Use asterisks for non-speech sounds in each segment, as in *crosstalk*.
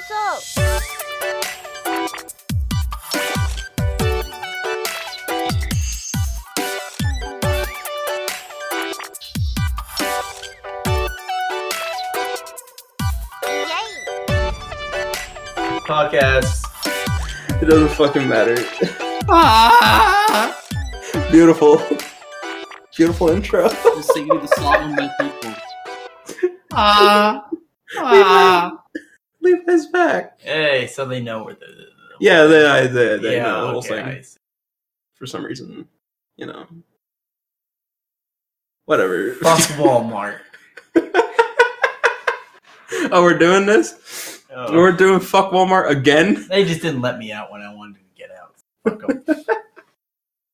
싫어서 예이 Podcast. It doesn't fucking matter. *laughs* Ah! Beautiful. *laughs* Beautiful intro. *laughs* Just singing the song by people. Ah! Ah! Levi's back. Hey, so they know where the. Yeah, they, I, they, they yeah, know the whole okay, thing. *laughs* I see. For some reason, you know. Whatever. Fuck Walmart. *laughs* oh, we're doing this? Oh, We're doing fuck Walmart again? they just didn't let me out when I wanted to get out. Fuck 'em.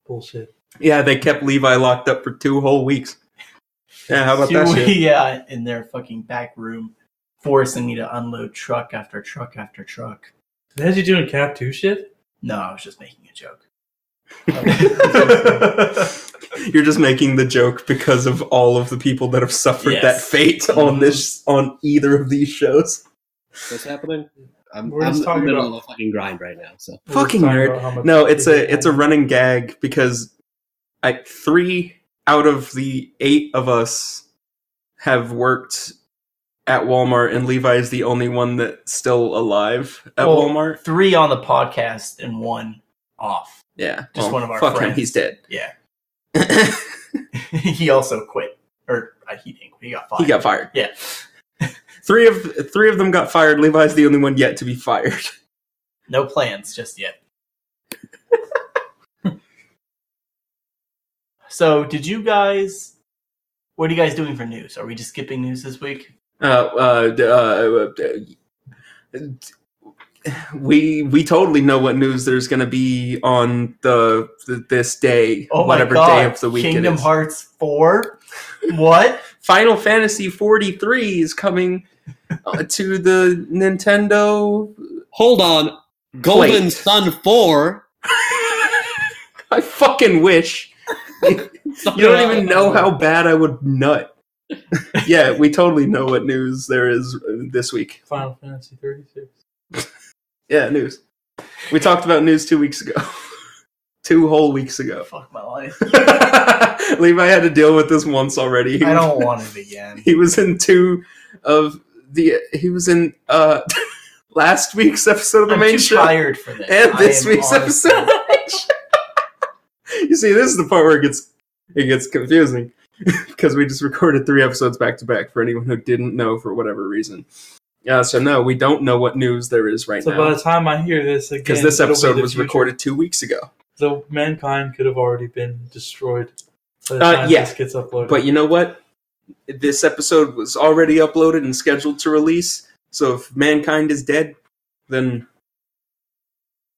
Bullshit. Yeah, they kept Levi locked up for two whole weeks. Yeah, *laughs* how about Two- that shit? Yeah, uh, in their fucking back room, forcing me to unload truck after truck after truck. How's you doing Cap 2 shit? No, I was just making a joke. *laughs* You're just making the joke because of all of the people that have suffered Yes. Mm-hmm. that fate on this on either of these shows. What's happening? I'm, We're I'm just in the talking middle about- of a fucking grind right now. So We're Fucking talking nerd. about how much No, it's shit a it's a running gag because I three out of the eight of us have worked at Walmart and Levi is the only one that's still alive at Well, Walmart. Three on the podcast and one off. Yeah. Oh, just one of our fuck him, friends. he's dead. *laughs* Yeah. *laughs* he he also quit. Or uh, he didn't quit. He got fired. got fired. Yeah. Three of three of them got fired. Levi's the only one yet to be fired. No plans just yet. *laughs* so, did you guys? What are you guys doing for news? Are we just skipping news this week? uh, uh, d- uh, d- uh, we we totally know what news there's going to be on the th- this day, Oh whatever my god! day of the week Kingdom it is. Hearts four. what? Final Fantasy 43 is coming *laughs* uh, to the Nintendo. hold on, Golden Plate. Sun Four. I fucking wish. You don't even know how bad I would nut. *laughs* yeah, we totally know what news there is uh, this week. Final Fantasy 36. Yeah, news. We talked about news two weeks ago. *laughs* two whole weeks ago. Fuck my life! *laughs* Levi had to deal with this once already. He, I was- don't want it *laughs* again. he was in two of the. He was in uh *laughs* last week's episode of the I'm main too show tired for this. and I this am week's honestly- episode. Of the main show. you see, this is the part where it gets it gets confusing *laughs* because we just recorded three episodes back to back. For anyone who didn't know, for whatever reason. Yeah, so no, we don't know what news there is right So by now the time I hear this again, because this it'll be episode the was future. recorded two weeks ago. So mankind could have already been destroyed. By the Uh, time yeah. this gets uploaded. But you know what? This episode was already uploaded and scheduled to release. So if mankind is dead, then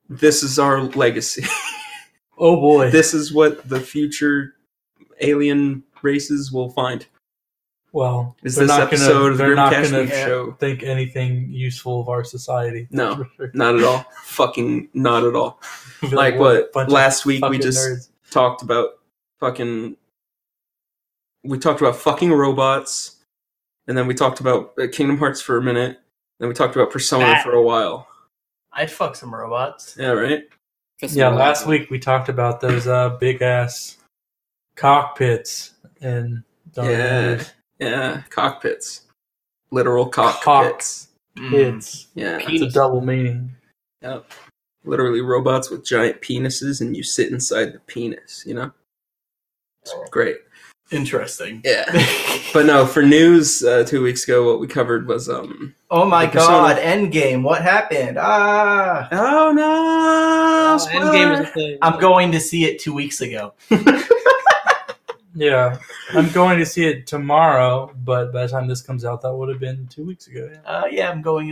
this is our legacy. *laughs* oh boy, this is what the future alien races will find. well, Is they're this not episode gonna, of the they're not Grimcast gonna Week show? think anything useful of our society. No. *laughs* For sure. Not at all. Fucking not at all. *laughs* We're Like we're a what? bunch of Last week we fucking just nerds. talked about fucking. We talked about fucking robots, and then we talked about uh, Kingdom Hearts for a minute, then we talked about Persona That- for a while. *laughs* I'd fuck some robots. Yeah, right. yeah. Last week we talked about those uh, big ass cockpits and Yeah. Yeah, cockpits. Literal cockpits. Mm. It's Yeah. it's a double meaning. Yep. Literally robots with giant penises and you sit inside the penis, you know? It's great. Interesting. *laughs* *laughs* Yeah. But no, for news uh, 2 weeks ago what we covered was um oh my The Persona- god! Endgame. What happened? Ah. Oh no. Endgame Oh, is a Oh, spoiler! thing. I'm going to see it two weeks ago. Yeah, I'm going to see it tomorrow, but by the time this comes out, that would have been two weeks ago. Yeah. Uh, yeah, I'm going.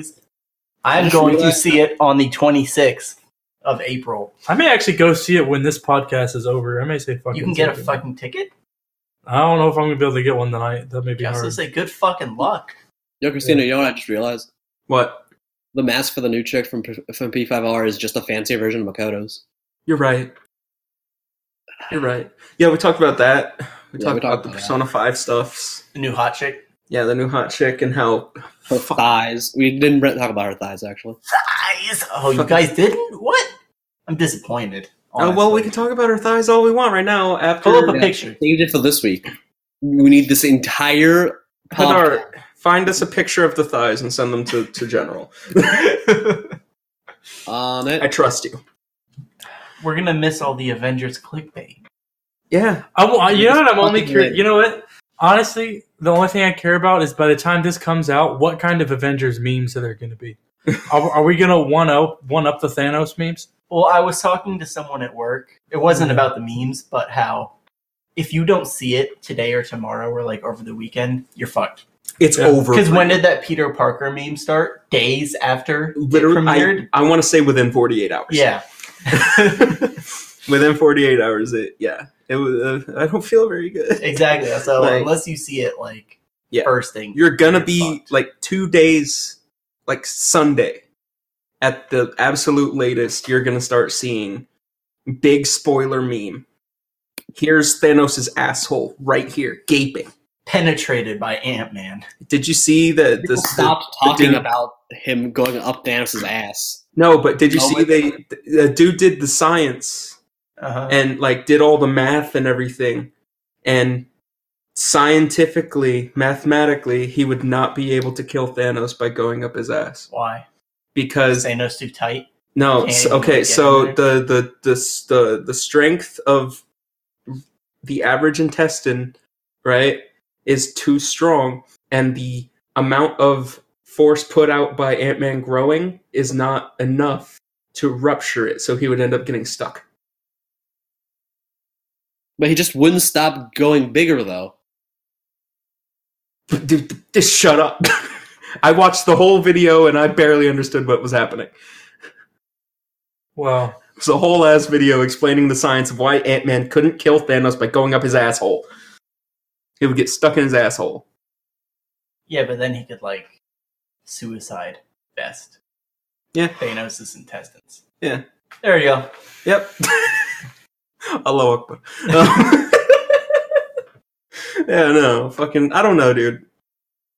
I'm just going to realized- see it on the 26th of April. I may actually go see it when this podcast is over. I may say fucking. You can get a ticket. fucking ticket. I don't know if I'm gonna be able to get one tonight. That may be Yeah, so hard. say good fucking luck. Yo, Christina, you know what I just realized? What? The mask for the new chick from P- from P5R is just a fancier version of Makoto's. You're right. You're right. Yeah, we talked about that. We Yeah, talked we about talked the about that. Persona 5 stuffs. The new hot chick. Yeah, the new hot chick and how Her thighs. We didn't re- talk about her thighs actually. Guys, oh, you guys didn't? What? I'm disappointed. Oh well, honestly. we can talk about her thighs all we want right now. After pull up a Yeah. picture. Saved it for this week. We need this entire. podcast. Hadar, find us a picture of the thighs and send them to to general. on I it. trust you. We're gonna miss all the Avengers clickbait. Yeah, I, wa- you know what? I'm only Fucking curious. lit. You know what? Honestly, the only thing I care about is by the time this comes out, what kind of Avengers memes are there going *laughs* to be? are, are we going to one up one up the Thanos memes? Well, I was talking to someone at work. It wasn't Mm-hmm. about the memes, but how if you don't see it today or tomorrow or like over the weekend, you're fucked. it's Yeah. over. Because when did that Peter Parker meme start? Days after it literally, premiered. I, I want to say within 48 hours. yeah, *laughs* within 48 hours. It yeah. It was. Uh, I don't feel *laughs* very good. exactly. So Like- unless you see it like Yeah. first thing, You're gonna be fucked. like two days, like Sunday, at the absolute latest. You're gonna start seeing big spoiler meme. Here's Thanos' asshole right here, gaping. penetrated by Ant Man. Did you see that? People This stopped the talking dude- about him going up Thanos' ass. no, but did you Oh see my they? The dude did the science Uh-huh. and like did all the math and everything and scientifically mathematically he would not be able to kill thanos by going up his ass Why? because Thanos too tight. no Can't s- even okay get so in the the, the s- the the strength of the average intestine right is too strong and the amount of force put out by ant-man growing is not enough to rupture it so he would end up getting stuck But he just wouldn't stop going bigger though. dude, just shut up. *laughs* I watched the whole video and I barely understood what was happening. Well, It was a whole ass video explaining the science of why Ant Man couldn't kill Thanos by going up his asshole. He would get stuck in his asshole. Yeah, but then he could like suicide vest. Yeah. Thanos' intestines. Yeah. There you go. Yep. *laughs* Allahu Akbar. *laughs* Um, yeah, no, fucking, I don't know, dude.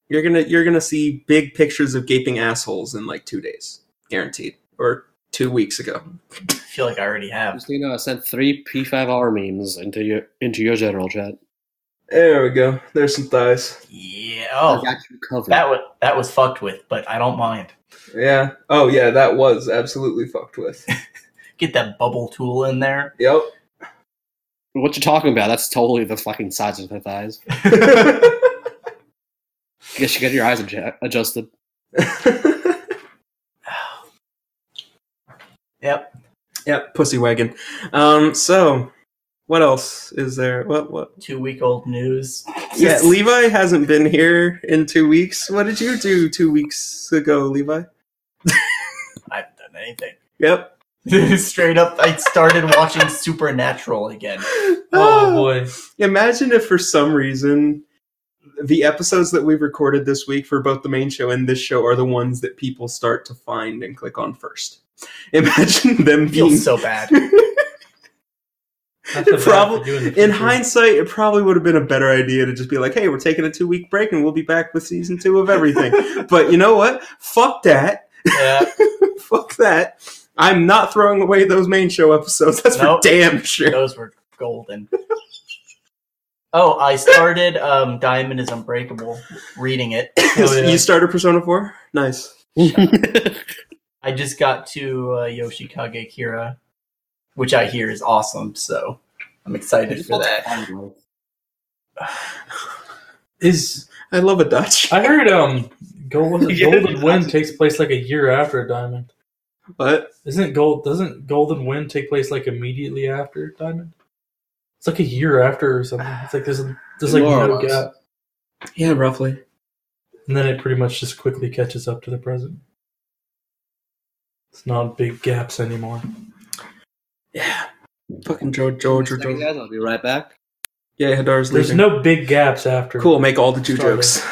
You're gonna you're gonna see big pictures of gaping assholes in like two days, guaranteed, or two weeks ago. I feel like I already have. Just so you know, I sent three P5R memes into your into your general chat. There we go. There's some thighs. Yeah. I Oh, got you covered. that was that was fucked with, but I don't mind. Yeah. Oh, yeah. That was absolutely fucked with. Get that bubble tool in there. Yep. what you talking about? That's totally the fucking size of her thighs. I guess you got your eyes adju- adjusted. Yep. *laughs* yep. Pussy wagon. Um. So, what else is there? What? What? Two week old news. *laughs* Yeah. Levi hasn't been here in two weeks. What did you do two weeks ago, Levi? I haven't done anything. *laughs* Yep. Straight up, I started watching Supernatural again. *laughs* oh boy, Ah. Imagine if for some reason the episodes that we've recorded this week for both the main show and this show are the ones that people start to find and click on first. *laughs* Imagine them It feels being so bad. that's a bad Prob- to do *laughs* the In future. hindsight, it probably would have been a better idea to just be like, hey, we're taking a two week break and we'll be back with season two of *laughs* everything. but you know what? Fuck that. *laughs* Yeah. Fuck that. I'm not throwing away those main show episodes. That's Nope. for damn sure. Those were golden. Oh, I started um, Diamond is Unbreakable, reading it. Oh, *coughs* *laughs* yeah. You started Persona 4? Nice. *laughs* I just got to uh, Yoshikage Kira, which I hear is awesome, so I'm excited for that. is I love a Dutch. I heard um, Gold, Yeah, Golden that's- Wind takes place like a year after Diamond. But Isn't Gold? Doesn't Golden Wind take place like immediately after Diamond? It's like a year after or something. It's like there's a, there's like More or no less. gap, yeah, roughly. and then it pretty much just quickly catches up to the present. It's not big gaps anymore. Yeah. Fucking George, George, or Second, George. guys, I'll be right back. Yeah, Hadar's There's leaving. no big gaps after. cool, make all the two Sorry. jokes.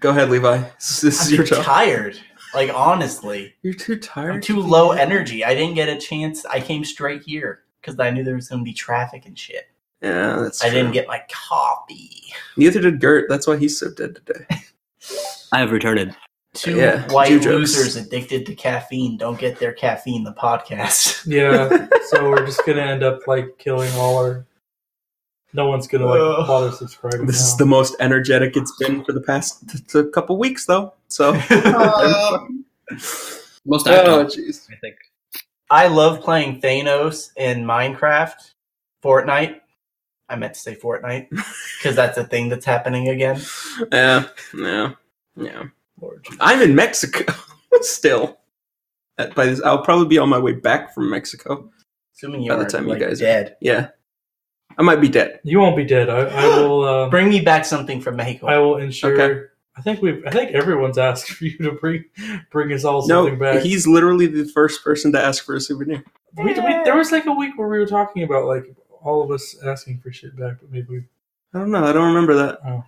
Go ahead, Levi. This this is I'm your job. tired. Like, honestly, You're too tired. I'm too low energy. I didn't get a chance. I came straight here because I knew there was going to be traffic and shit. Yeah, that's. I didn't true. get my copy. Neither did Gert. That's why he's so dead *laughs* today. I have returned. Two Yeah, white Jew jokes. losers addicted to caffeine don't get their caffeine. The podcast. *laughs* Yeah, so we're just gonna end up like killing all our. No one's gonna Ugh. like bother subscribing. This is now. the most energetic it's been for the past t- t- couple weeks, though. So. *laughs* *laughs* Oh. Most oh active, jeez. I think. *laughs* I love playing Thanos in Minecraft, Fortnite. I meant to say Fortnite *laughs* because that's a thing that's happening again. Yeah. Yeah. Yeah. Lord. I'm in Mexico *laughs* still. At- By this, I'll probably be on my way back from Mexico. Assuming By you're the like, time you guys are- dead. Yeah, I might be dead. You won't be dead. *gasps* I, I will. Um, Bring me back something from Mexico. I will ensure. Okay. I think we. have I think everyone's asked for you to bring bring us all No, something back. he's literally the first person to ask for a souvenir. we, we, there was like a week where we were talking about like all of us asking for shit back, but maybe we I don't know. I don't remember that. Oh.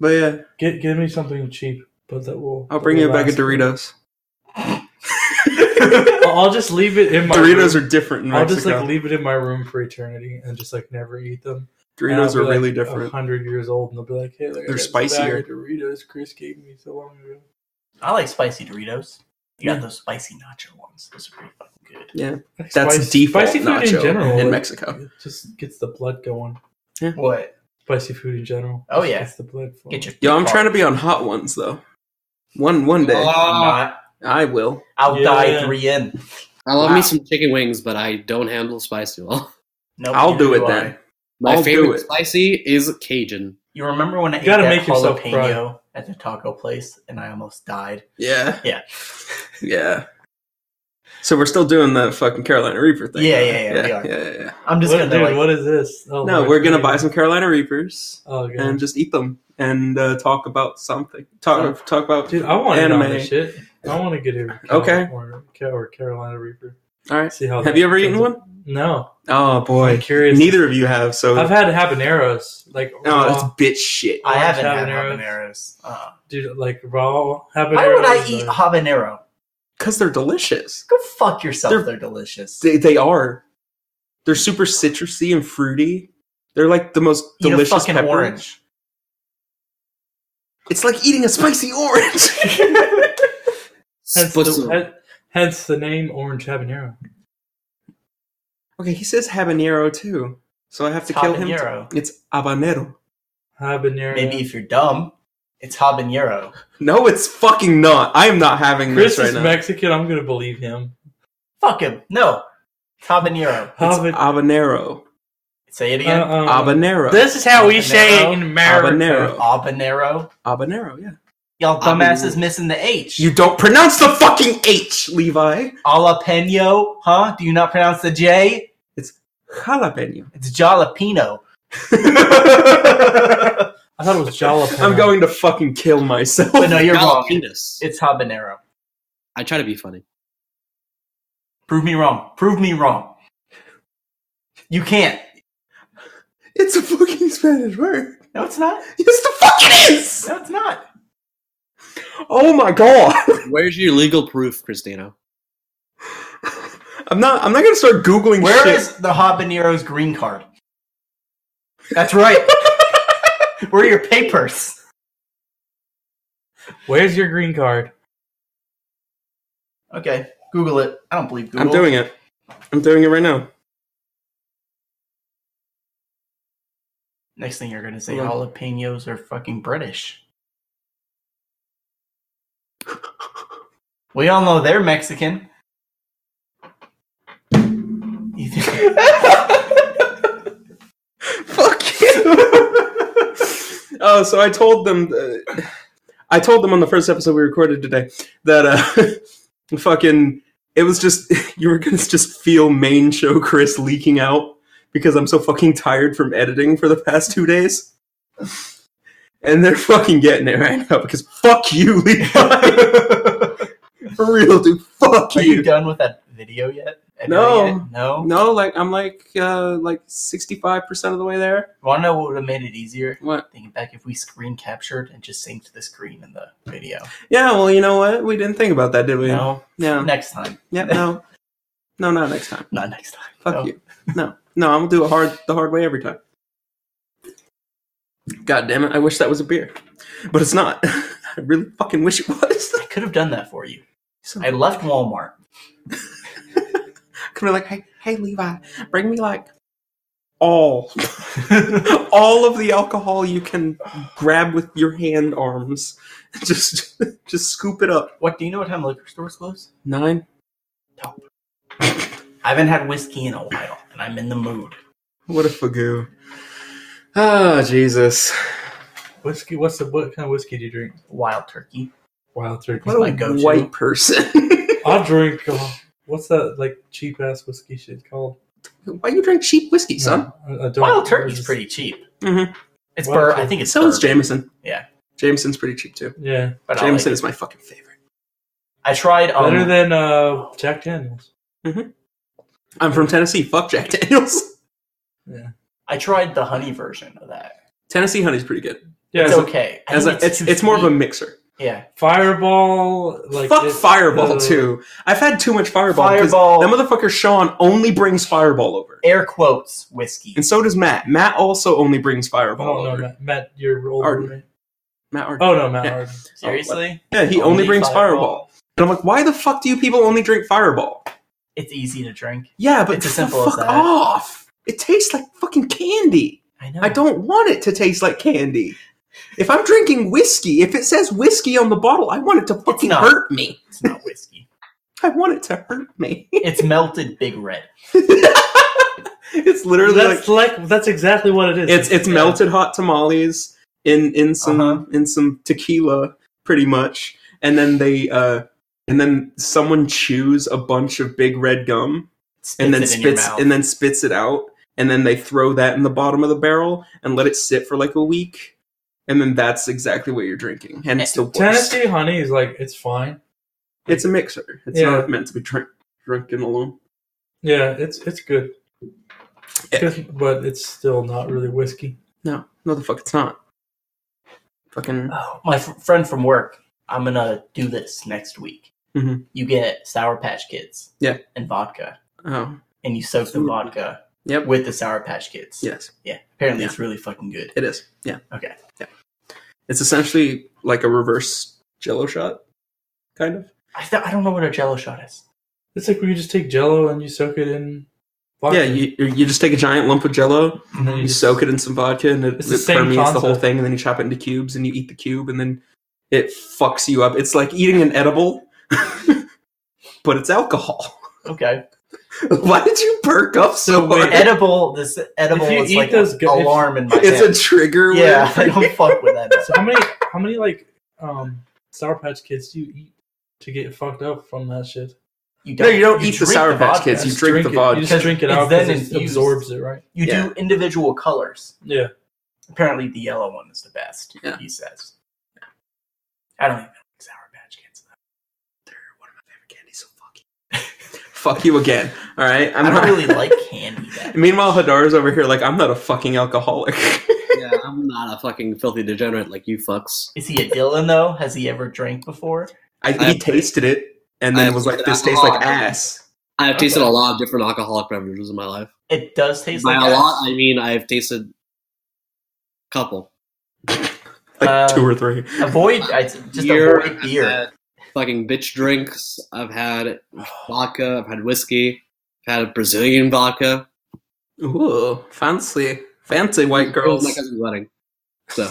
But yeah, get give me something cheap, but that will. I'll that bring you will a bag of last. Doritos. *laughs* I'll, I'll just leave it in *laughs* my Doritos room. are different. In I'll just Mexico. like leave it in my room for eternity and just like never eat them. And I'll Doritos be, are like, oh, really a different. Hundred years old, and they'll be like, "Hey, look, I They're got this spicier. Bag of Doritos Chris gave me so long ago. I like spicy Doritos. You got those spicy nacho ones. Those are pretty fucking good. Like, That's spice- default spicy food nacho in general in like, Mexico. It just gets the blood going. What? Spicy food in general. Oh, just yeah. gets the blood flowing. Get your Yo, I'm trying to be on hot ones though. One one day, I'm not. I will. I'll Yeah. die three in. I love Wow. me some chicken wings, but I don't handle spice too well. Nope, I'll neither do it I. then. My I'll do favorite it. spicy is Cajun. You remember when I ate gotta that make yourself cry. jalapeno at the taco place and I almost died? Yeah, *laughs* Yeah. yeah. So we're still doing the fucking Carolina Reaper thing. Yeah, right? yeah, yeah, we yeah, are. yeah, yeah, yeah. I'm just What- gonna dude, like, what is this? Oh, No, Lord, we're gonna dude. buy some Carolina Reapers Oh god, and just eat them and uh, talk about something. Oh. Talk talk about. dude, I want to anime. know this shit. I want to get a *laughs* Okay. California or Carolina Reaper. All right. See how. Have that you ever eaten turns one? out. No, Oh I'm boy, curious. neither of you have. So I've had habaneros, like no, that's raw, bitch shit. I haven't had habaneros. habaneros. Uh, dude, like raw habaneros. why would I eat are- habanero? Cause they're delicious. Go fuck yourself. They're- They're, delicious. They they are. They're super citrusy and fruity. They're like the most Eat a delicious fucking pepper. orange. It's like eating a spicy orange. *laughs* *laughs* Hence Supposed the, to- hen- hence the name Orange Habanero. okay, he says habanero too, so I have to It's kill him. habanero. It's habanero. Habanero. Maybe if you're dumb, it's habanero. No, it's fucking not. I am not having Chris this is right now. Mexican. I'm gonna believe him. Fuck him. No, it's habanero. It's Haban- habanero. Say it again. uh, um, Habanero. This is how we say it in Habanero. America. Habanero. habanero. Habanero, yeah. Y'all Habanero. dumbasses missing the H. You don't pronounce the fucking H, Levi. jalapeno, huh? Do you not pronounce the J? Jalapeno. It's *laughs* jalapeno. I thought it was *laughs* jalapeno. I'm going to fucking kill myself. But no, you're wrong. Jalapenos. It's habanero. I try to be funny. Prove me wrong. Prove me wrong. You can't. It's a fucking Spanish word. No, it's not. Yes, the fuck it is! No, it's not. Oh my god. *laughs* Where's your legal proof, Christina? I'm not I'm not gonna start *laughs* Googling Where shit. is the habanero's green card? That's *laughs* right. Where are your papers? Where's your green card? Okay, Google it. I don't believe Google. I'm doing it. I'm doing it right now. Next thing you're gonna say, Hold on. jalapenos are fucking British. We all know they're *laughs* Mexican. You think- Fuck you. oh, so I told them. uh, I told them on the first episode we recorded today that uh, *laughs* fucking it was just *laughs* you were gonna just feel main show Chris leaking out because I'm so fucking tired from editing for the past two days. And they're fucking getting it right now because fuck you, Levi. *laughs* for real, dude. Fuck Are you you. done with that video yet? Editing No. it? no. No, like I'm like uh like sixty five percent of the way there. Want to know what would have made it easier? What? Thinking back, if we screen captured and just synced the screen in the video. Yeah, well, you know what? We didn't think about that, did we? No. Yeah. *laughs* Next time. Yeah, no. No, not next time. Not next time. Fuck No. you. No, no, I'm gonna do it hard the hard way every time. God damn it! I wish that was a beer, but it's not. *laughs* I really fucking wish it was. I could have done that for you. So I left Walmart. could be like, hey, hey, Levi, bring me like *laughs* all, all of the alcohol you can grab with your hand arms. *laughs* Just, just scoop it up. What do you know what time liquor stores close? Nine. I haven't had whiskey in a while, and I'm in the mood. What a fagoo. Ah, Jesus. Whiskey. What's the what kind of whiskey do you drink? Wild turkey. Wild turkey. What do I go to? White person. *laughs* I'll drink. Uh, what's that like cheap ass whiskey shit called? Why you drink cheap whiskey, son? No, I- I don't- Wild I turkey's just- pretty cheap. Mhm. It's Wild bur- turkey. I think it's So is bourbon, Jameson. Yeah. Jameson's pretty cheap too. Yeah, but I like Jameson it. is my fucking favorite. I tried. Oh. Um, better than uh, Jack Daniels. I'm from Tennessee. Fuck Jack *laughs* Daniels. I tried the honey version of that. Tennessee honey's pretty good. Yeah, it's so okay. I As think a, it's too it's more of a sweet. mixer. yeah. Fireball. Like Fuck it- Fireball uh, too. I've had too much Fireball. 'cause Fireball. That motherfucker Sean only brings Fireball over, Air quotes whiskey. and so does Matt. Matt also only brings I Oh, Fireball don't know, over. Matt, oh, Matt. Matt your old Arden. roommate. Arden. Oh no, Matt. Yeah. Arden. Seriously, yeah, he only, brings Fireball. And I'm like, why the fuck do you people only drink Fireball? It's easy to drink. Yeah, but It's it's as simple as fuck that. off. It tastes like fucking candy. I know. I don't want it to taste like candy. If I'm drinking whiskey, if it says whiskey on the bottle, I want it to fucking not. hurt me. It's not whiskey. I want it to hurt me. *laughs* it's melted Big Red. it's literally That's like like, that's exactly what it is. it's it's yeah. melted hot tamales in in some Uh-huh. in some tequila, pretty much, and then they uh and then someone chews a bunch of big red gum Spits and then it in your spits mouth. and then spits it out and then they throw that in the bottom of the barrel and let it sit for like a week and then that's exactly what you're drinking and Eh, it's the worst. Tennessee honey is like it's fine. It's a mixer. It's Yeah. not meant to be drink, drinking alone. Yeah, it's it's good. Yeah. It's good, but it's still not really whiskey. No, no, the fuck, it's not. Fucking Oh, my f- friend from work. I'm gonna do this next week. Mhm. You get Sour Patch Kids. Yeah. And vodka, oh, and you soak the Ooh. vodka yep, with the Sour Patch Kids. yes, Yeah. Apparently, it's really fucking good. it is. Yeah, Okay. yeah. It's essentially like a reverse Jello shot, kind of. I th- I don't know what a Jello shot is. It's like when you just take Jello and you soak it in. Vodka. Yeah, you you just take a giant lump of Jello, and then you soak it in some vodka, and it, It's the it same permeates the whole concept. thing, and then you chop it into cubes, and you eat the cube, and then it fucks you up. It's like eating an edible, *laughs* but it's alcohol. *laughs* Okay. Why did you perk up so wait, hard? edible. This edible If you is eat like those an go- if- alarm in my It's head. a trigger. word yeah. for I don't fuck with that. So how many how many like um Sour Patch Kids do you eat to get fucked up from that shit? You No, you don't eat the drink Sour Patch vodka. Kids, you Just drink the it- vodka. You just drink it It's out then because it infused. absorbs it, right? You Yeah. do individual colors. Yeah. Apparently, the yellow one is the best. Yeah. He says. I don't even like Sour Patch Kids. *laughs* Candy's so fucking. *laughs* Fuck you again. All right. I'm I not *laughs* don't really like candy. That Meanwhile, Hadar's over here like I'm not a fucking alcoholic. *laughs* yeah, *laughs* I'm not a fucking filthy degenerate like you fucks. is he a Dylan though? Has he ever drank before? I, I- he tasted it and I- then was like, "This tastes like ass." I have tasted Okay. a lot of different alcoholic beverages in my life. It does taste By like a lot, ass. I mean I've tasted a couple. Like Uh, two or three. Avoid. I just Beer, avoid beer. I've had Fucking bitch drinks. I've had vodka. I've had whiskey. I've had Brazilian vodka. Ooh, fancy, fancy white It was girls. my cousin's wedding. So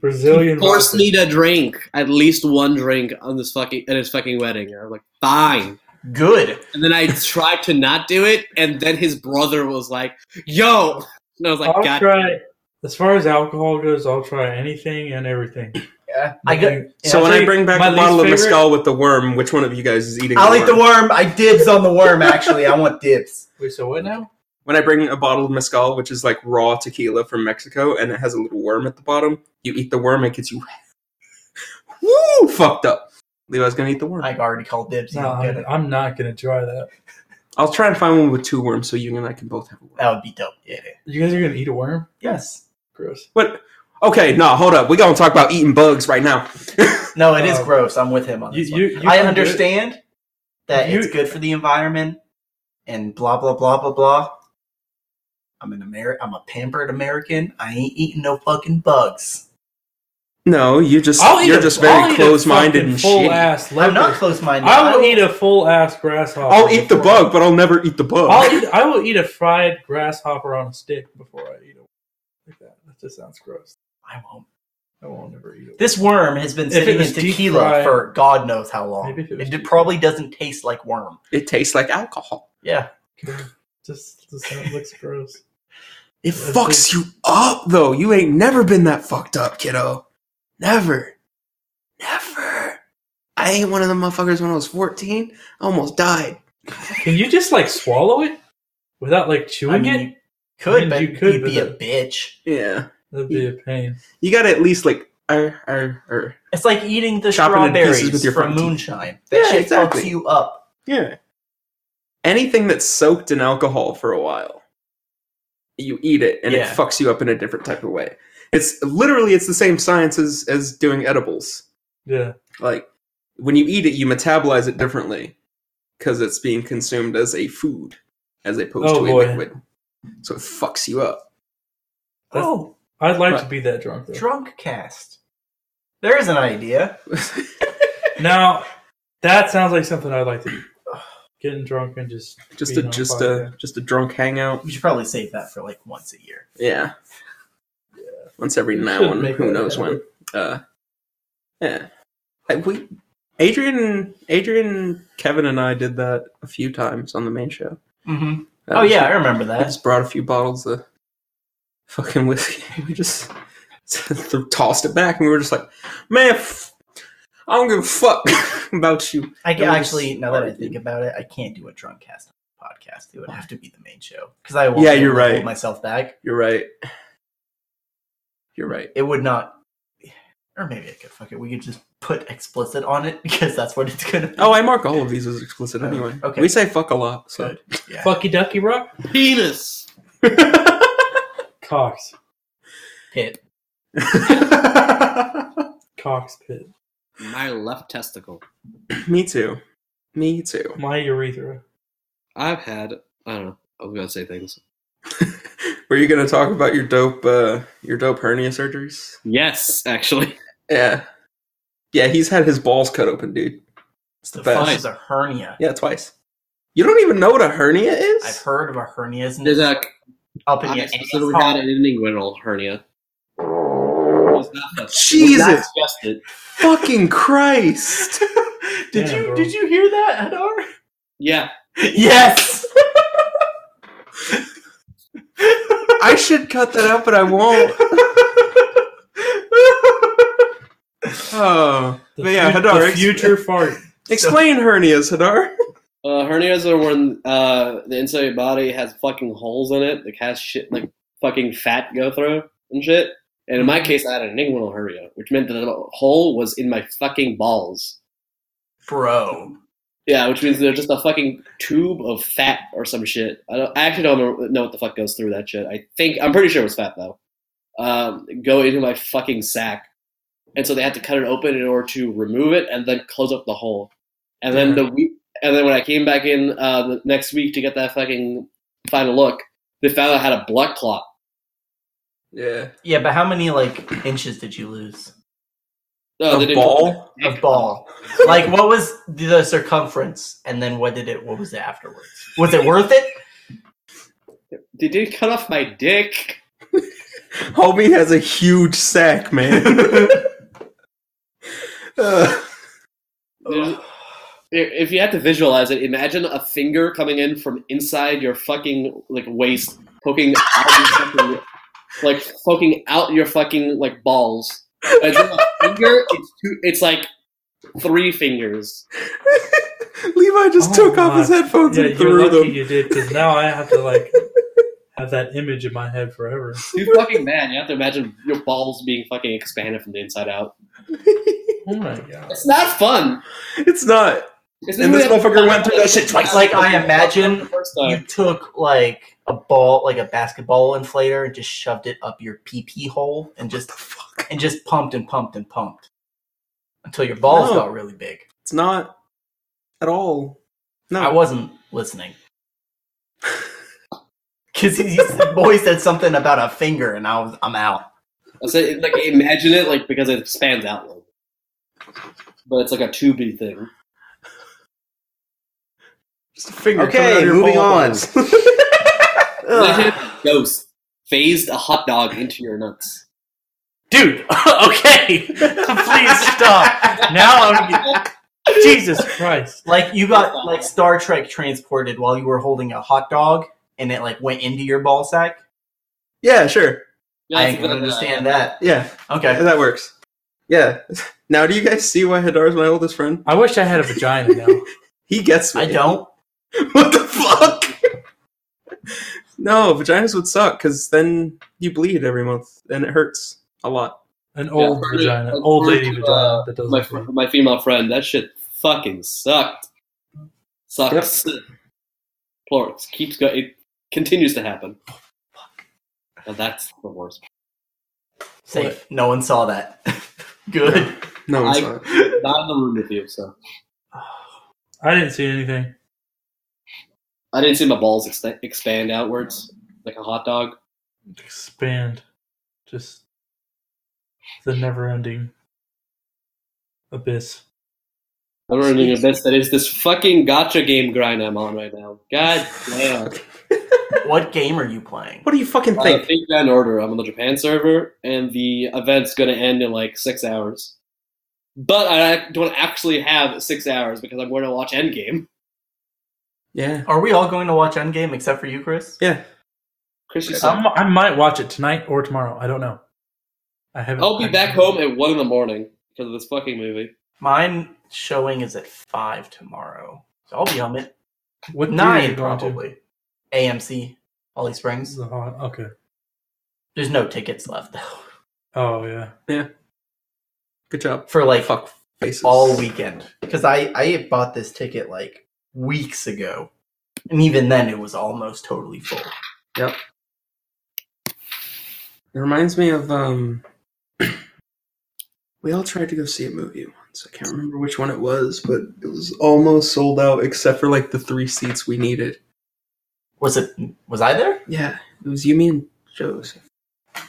Brazilian forced vodka. me to drink at least one drink on this fucking at his fucking wedding. And I was like, fine. Good. And then *laughs* I tried to not do it, and then his brother was like, "Yo," and I was like, I'll "God." try as far as alcohol goes, I'll try anything and everything. Yeah. I got. so when I'll tell I you, bring back my a bottle of least favorite- mezcal with the worm, which one of you guys is eating? I'll eat the worm. I dibs on the worm. Actually, I want dibs. Wait, so what now? When I bring a bottle of mezcal, which is like raw tequila from Mexico, and it has a little worm at the bottom, you eat the worm, it gets you *laughs* woo fucked up. Levi's gonna eat the *laughs* worm. I already called dibs. You No, don't get I'm, it. I'm not gonna try that. I'll try and find one with two worms so you and I can both have a worm. Oh. That would be dope. Yeah. You guys are gonna eat a worm? Yes. Gross. What? Okay, no, hold up. We're going to talk about eating bugs right now. No, it is Um, gross. I'm with him on You, this one. you, you I can do it. understand that You- it's good for the environment. and blah blah blah blah blah. I'm an Amer. I'm a pampered American. I ain't eating no fucking bugs. No, you just I'll eat you're a- just I'll eat very a close minded fucking and full shitty. ass I'm not leopard. close minded. I will eat a full ass grasshopper. I'll eat the before I- bug, but I'll never eat the bug. I'll eat, I will eat a fried grasshopper on a stick before I eat it. Like that. That just sounds gross. I won't. I won't never eat it. This worm has been If it sitting was in deep tequila fried- for God knows how long. Maybe if it was it deep probably doesn't taste like worm. it tastes like alcohol. Yeah. just, just that looks gross. It Yeah, fucks you up though. You ain't never been that fucked up, kiddo. Never. Never. I ain't one of them motherfuckers when I was 14. I almost died. Can you just like swallow it without like chewing I mean, it? you could, I mean, but you you could, would but be a that- bitch. Yeah. That'd be a pain. You gotta at least like er, er, er. It's like eating the Chop it into pieces strawberries with your from front teeth. moonshine. That Yeah, shit exactly. fucks you up. Yeah. Anything that's soaked in alcohol for a while, you eat it and Yeah. it fucks you up in a different type of way. It's literally it's the same science as, as doing edibles. Yeah. like when you eat it you metabolize it differently because it's being consumed as a food as opposed Oh, to a boy. liquid so it fucks you up That's- oh, I'd like Right. to be that drunk though. drunk cast. There's an idea. Now, that sounds like something I'd like to do. Getting drunk and just just a being on just fire. a just a drunk hangout We should probably save that for like once a year. yeah once every You now should and make who that knows when uh yeah I- we adrian adrian kevin and i did that a few times on the main show Mm-hmm. That Oh was- yeah, I remember I that. just brought a few bottles of fucking whiskey. *laughs* We just tossed it back, and we were just like, "Man, f- I don't give a fuck *laughs* about you." I can It was actually, now that I hard, think dude. about it, I can't do a drunk cast podcast. It would have to be the main show because I won't Yeah, be able you're to right. Hold myself back. You're right. You're right. It would not, or maybe I could. Fuck it. We could just put explicit on it *laughs* because that's what it's gonna. Be. Oh, I mark all of these as explicit anyway. Oh, okay. We say fuck a lot, so. good. Yeah. Fucky ducky rock? Penis. *laughs* Cox. Hit. Cox pit. My left testicle. *laughs* Me too. Me too. My urethra. I've had. I don't know. I was gonna say things. Were you gonna talk about your dope, uh, your dope hernia surgeries? Yes, actually. Yeah, yeah. He's had his balls cut open, dude. It's the The best. fuck is a hernia? Yeah, twice. You don't even know what a hernia is? I've heard of a hernia. Isn't *laughs* There's it a. up in I your specifically asshole? had an inguinal hernia. *laughs* Was not the- was Jesus. not suggested. Fucking Christ! *laughs* Did Yeah, you bro. did you hear that, Adar? Yeah. Yes. I should cut that out, but I won't. oh, The, But yeah, fut- Hadar, the ex- future fart. explain hernias, Hadar. Uh, hernias are when uh, the inside of your body has fucking holes in it that has shit like fucking fat go through and shit. And in my case, I had an inguinal hernia, which meant that the hole was in my fucking balls. Bro. Yeah, which means they're just a fucking tube of fat or some shit. I, don't, I actually don't know- know what the fuck goes through that shit. I think I'm pretty sure it was fat though. Um, go into my fucking sack, and so they had to cut it open in order to remove it and then close up the hole. And then the week, and then when I came back in uh, the next week to get that fucking final look, they found out I had a blood clot. Yeah. Yeah, but how many like inches did you lose? No, Oh, they a didn't- ball? Of ball. like what was the circumference and then what did it what was it afterwards? Was it worth it? They did cut off my dick. Homie has a huge sack, *laughs* man. Uh, There's- *sighs* if you had to visualize it, imagine a finger coming in from inside your fucking like waist, poking out your fucking, like poking out your fucking like balls. And then a finger, it's two, it's like three fingers. Levi just Oh took off my. his headphones *laughs* Yeah, and you're threw lucky them. you did because now I have to like *laughs* have that image in my head forever. Dude, fucking man, you have to imagine your balls being fucking expanded from the inside out. Oh my god. It's not fun. It's not. It's And this motherfucker went through that shit twice. Like I imagine First you time. took like a ball like a basketball inflator and just shoved it up your PP hole and just and just pumped and pumped and pumped. Until your balls No. got really big. It's not at all. No. I wasn't listening. Because he, the boy said something about a finger, and I was, I'm out. I say like imagine it like because it expands out, a little. but it's like a tubey thing. Just a finger. Okay, coming out of your moving ball on. box. *laughs* Imagine if a ghost phased a hot dog into your nuts. Dude, *laughs* okay. Please stop. Now I'm. Jesus Christ. Like you got like Star Trek transported while you were holding a hot dog, and it like went into your ball sack. yeah, sure. *laughs* Yeah, uh, I it's a can bit of a- understand that. Yeah, Okay, that works. Yeah. Now, do you guys see why Hadar's my oldest friend? I wish I had a vagina now. He gets me. I don't. *laughs* What the fuck? no, vaginas would suck because then you bleed every month and it hurts a lot. An Yeah, old according- vagina. Old lady according to, vagina uh, that my, doesn't. fr- bleed. my female friend, that shit fucking sucked. Sucks. Plural. It keeps going. It continues to happen. Now that's the worst. Safe. No one saw that. *laughs* Good. No one's I- not. Not in the room with you, so I didn't see anything. I didn't see my balls ex- expand outwards like a hot dog. Expand. Just the never ending abyss. I'm running a best that is this fucking gotcha game grind I'm on right now. God damn. What game are you playing? What do you fucking I think? think that in order. I'm on the Japan server, and the event's going to end in like six hours. But I don't actually have six hours because I'm going to watch Endgame. yeah. Are we all going to watch Endgame except for you, Chris? Yeah. Chris, you suck. I'm, I might watch it tonight or tomorrow. I don't know. I haven't. I'll be I- back home at one in the morning because of this fucking movie. Mine showing is at five tomorrow, so I'll be home at What theater are nine you going to? probably. AMC, Holly This Springs. is a hot- Okay. There's no tickets left though Oh yeah. Good job. for like Fuck faces. all weekend because I I had bought this ticket like weeks ago, and even then it was almost totally full. It reminds me of um *clears throat* we all tried to go see a movie once. I can't remember which one it was, but it was almost sold out except for like the three seats we needed. Was it? Was I there? Yeah. It was you, me, and Joseph.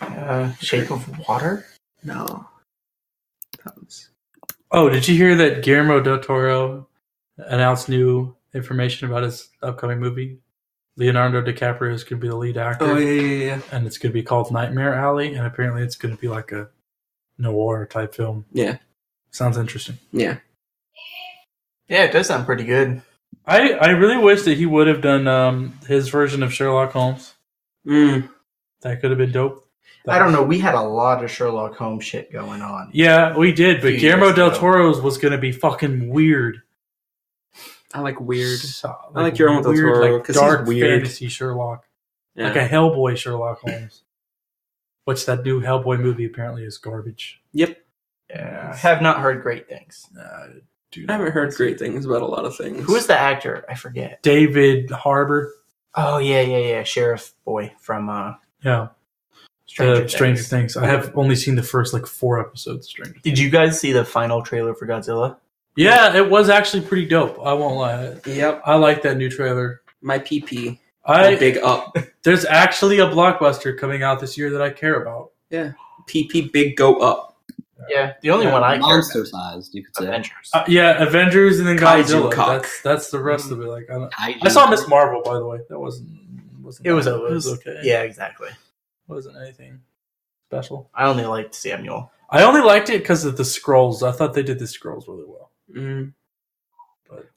Uh, Shape of Water. No. That was Oh, did you hear that Guillermo del Toro announced new information about his upcoming movie? Leonardo DiCaprio is going to be the lead actor, Oh yeah, yeah, yeah. and it's going to be called Nightmare Alley, and apparently it's going to be like a noir type film. Yeah. sounds interesting. Yeah. Yeah, it does sound pretty good. I I really wish that he would have done um, his version of Sherlock Holmes. Mm. That could have been dope. I don't know. We had a lot of Sherlock Holmes shit going on. Yeah, we did, but Few Guillermo years del ago. Toro's was going to be fucking weird. I like weird. So- I like Guillermo del Toro, like 'cause he's dark weird. fantasy Sherlock. Yeah. like a Hellboy Sherlock Holmes. Which that new Hellboy movie apparently is garbage. Yep. Yeah, I have not heard great things. dude, I haven't heard great things about a lot of things. Who is the actor? I forget. David Harbor. Oh yeah, yeah, yeah. Sheriff boy from uh, Yeah, Stranger, the Things. Uh, Stranger Things. I have only seen the first like four episodes. of Stranger. Did you guys see the final trailer for Godzilla? Yeah, it was actually pretty dope. I won't lie. Yep. I like that new trailer. My PP. I big up. *laughs* there's actually a blockbuster coming out this year that I care about. PP big go up. Yeah, the only Yeah, one I care Monster about sized, you could is say. Avengers. Uh, yeah, Avengers and then Kaiju Godzilla. cock. That's that's the rest of it. Like I, don't, Kaiju. I saw Miss Marvel by the way. That wasn't. wasn't it was, it it was okay. Yeah, exactly. wasn't anything special. I only liked Samuel. I only liked it because of the scrolls. I thought they did the scrolls really well. Mm.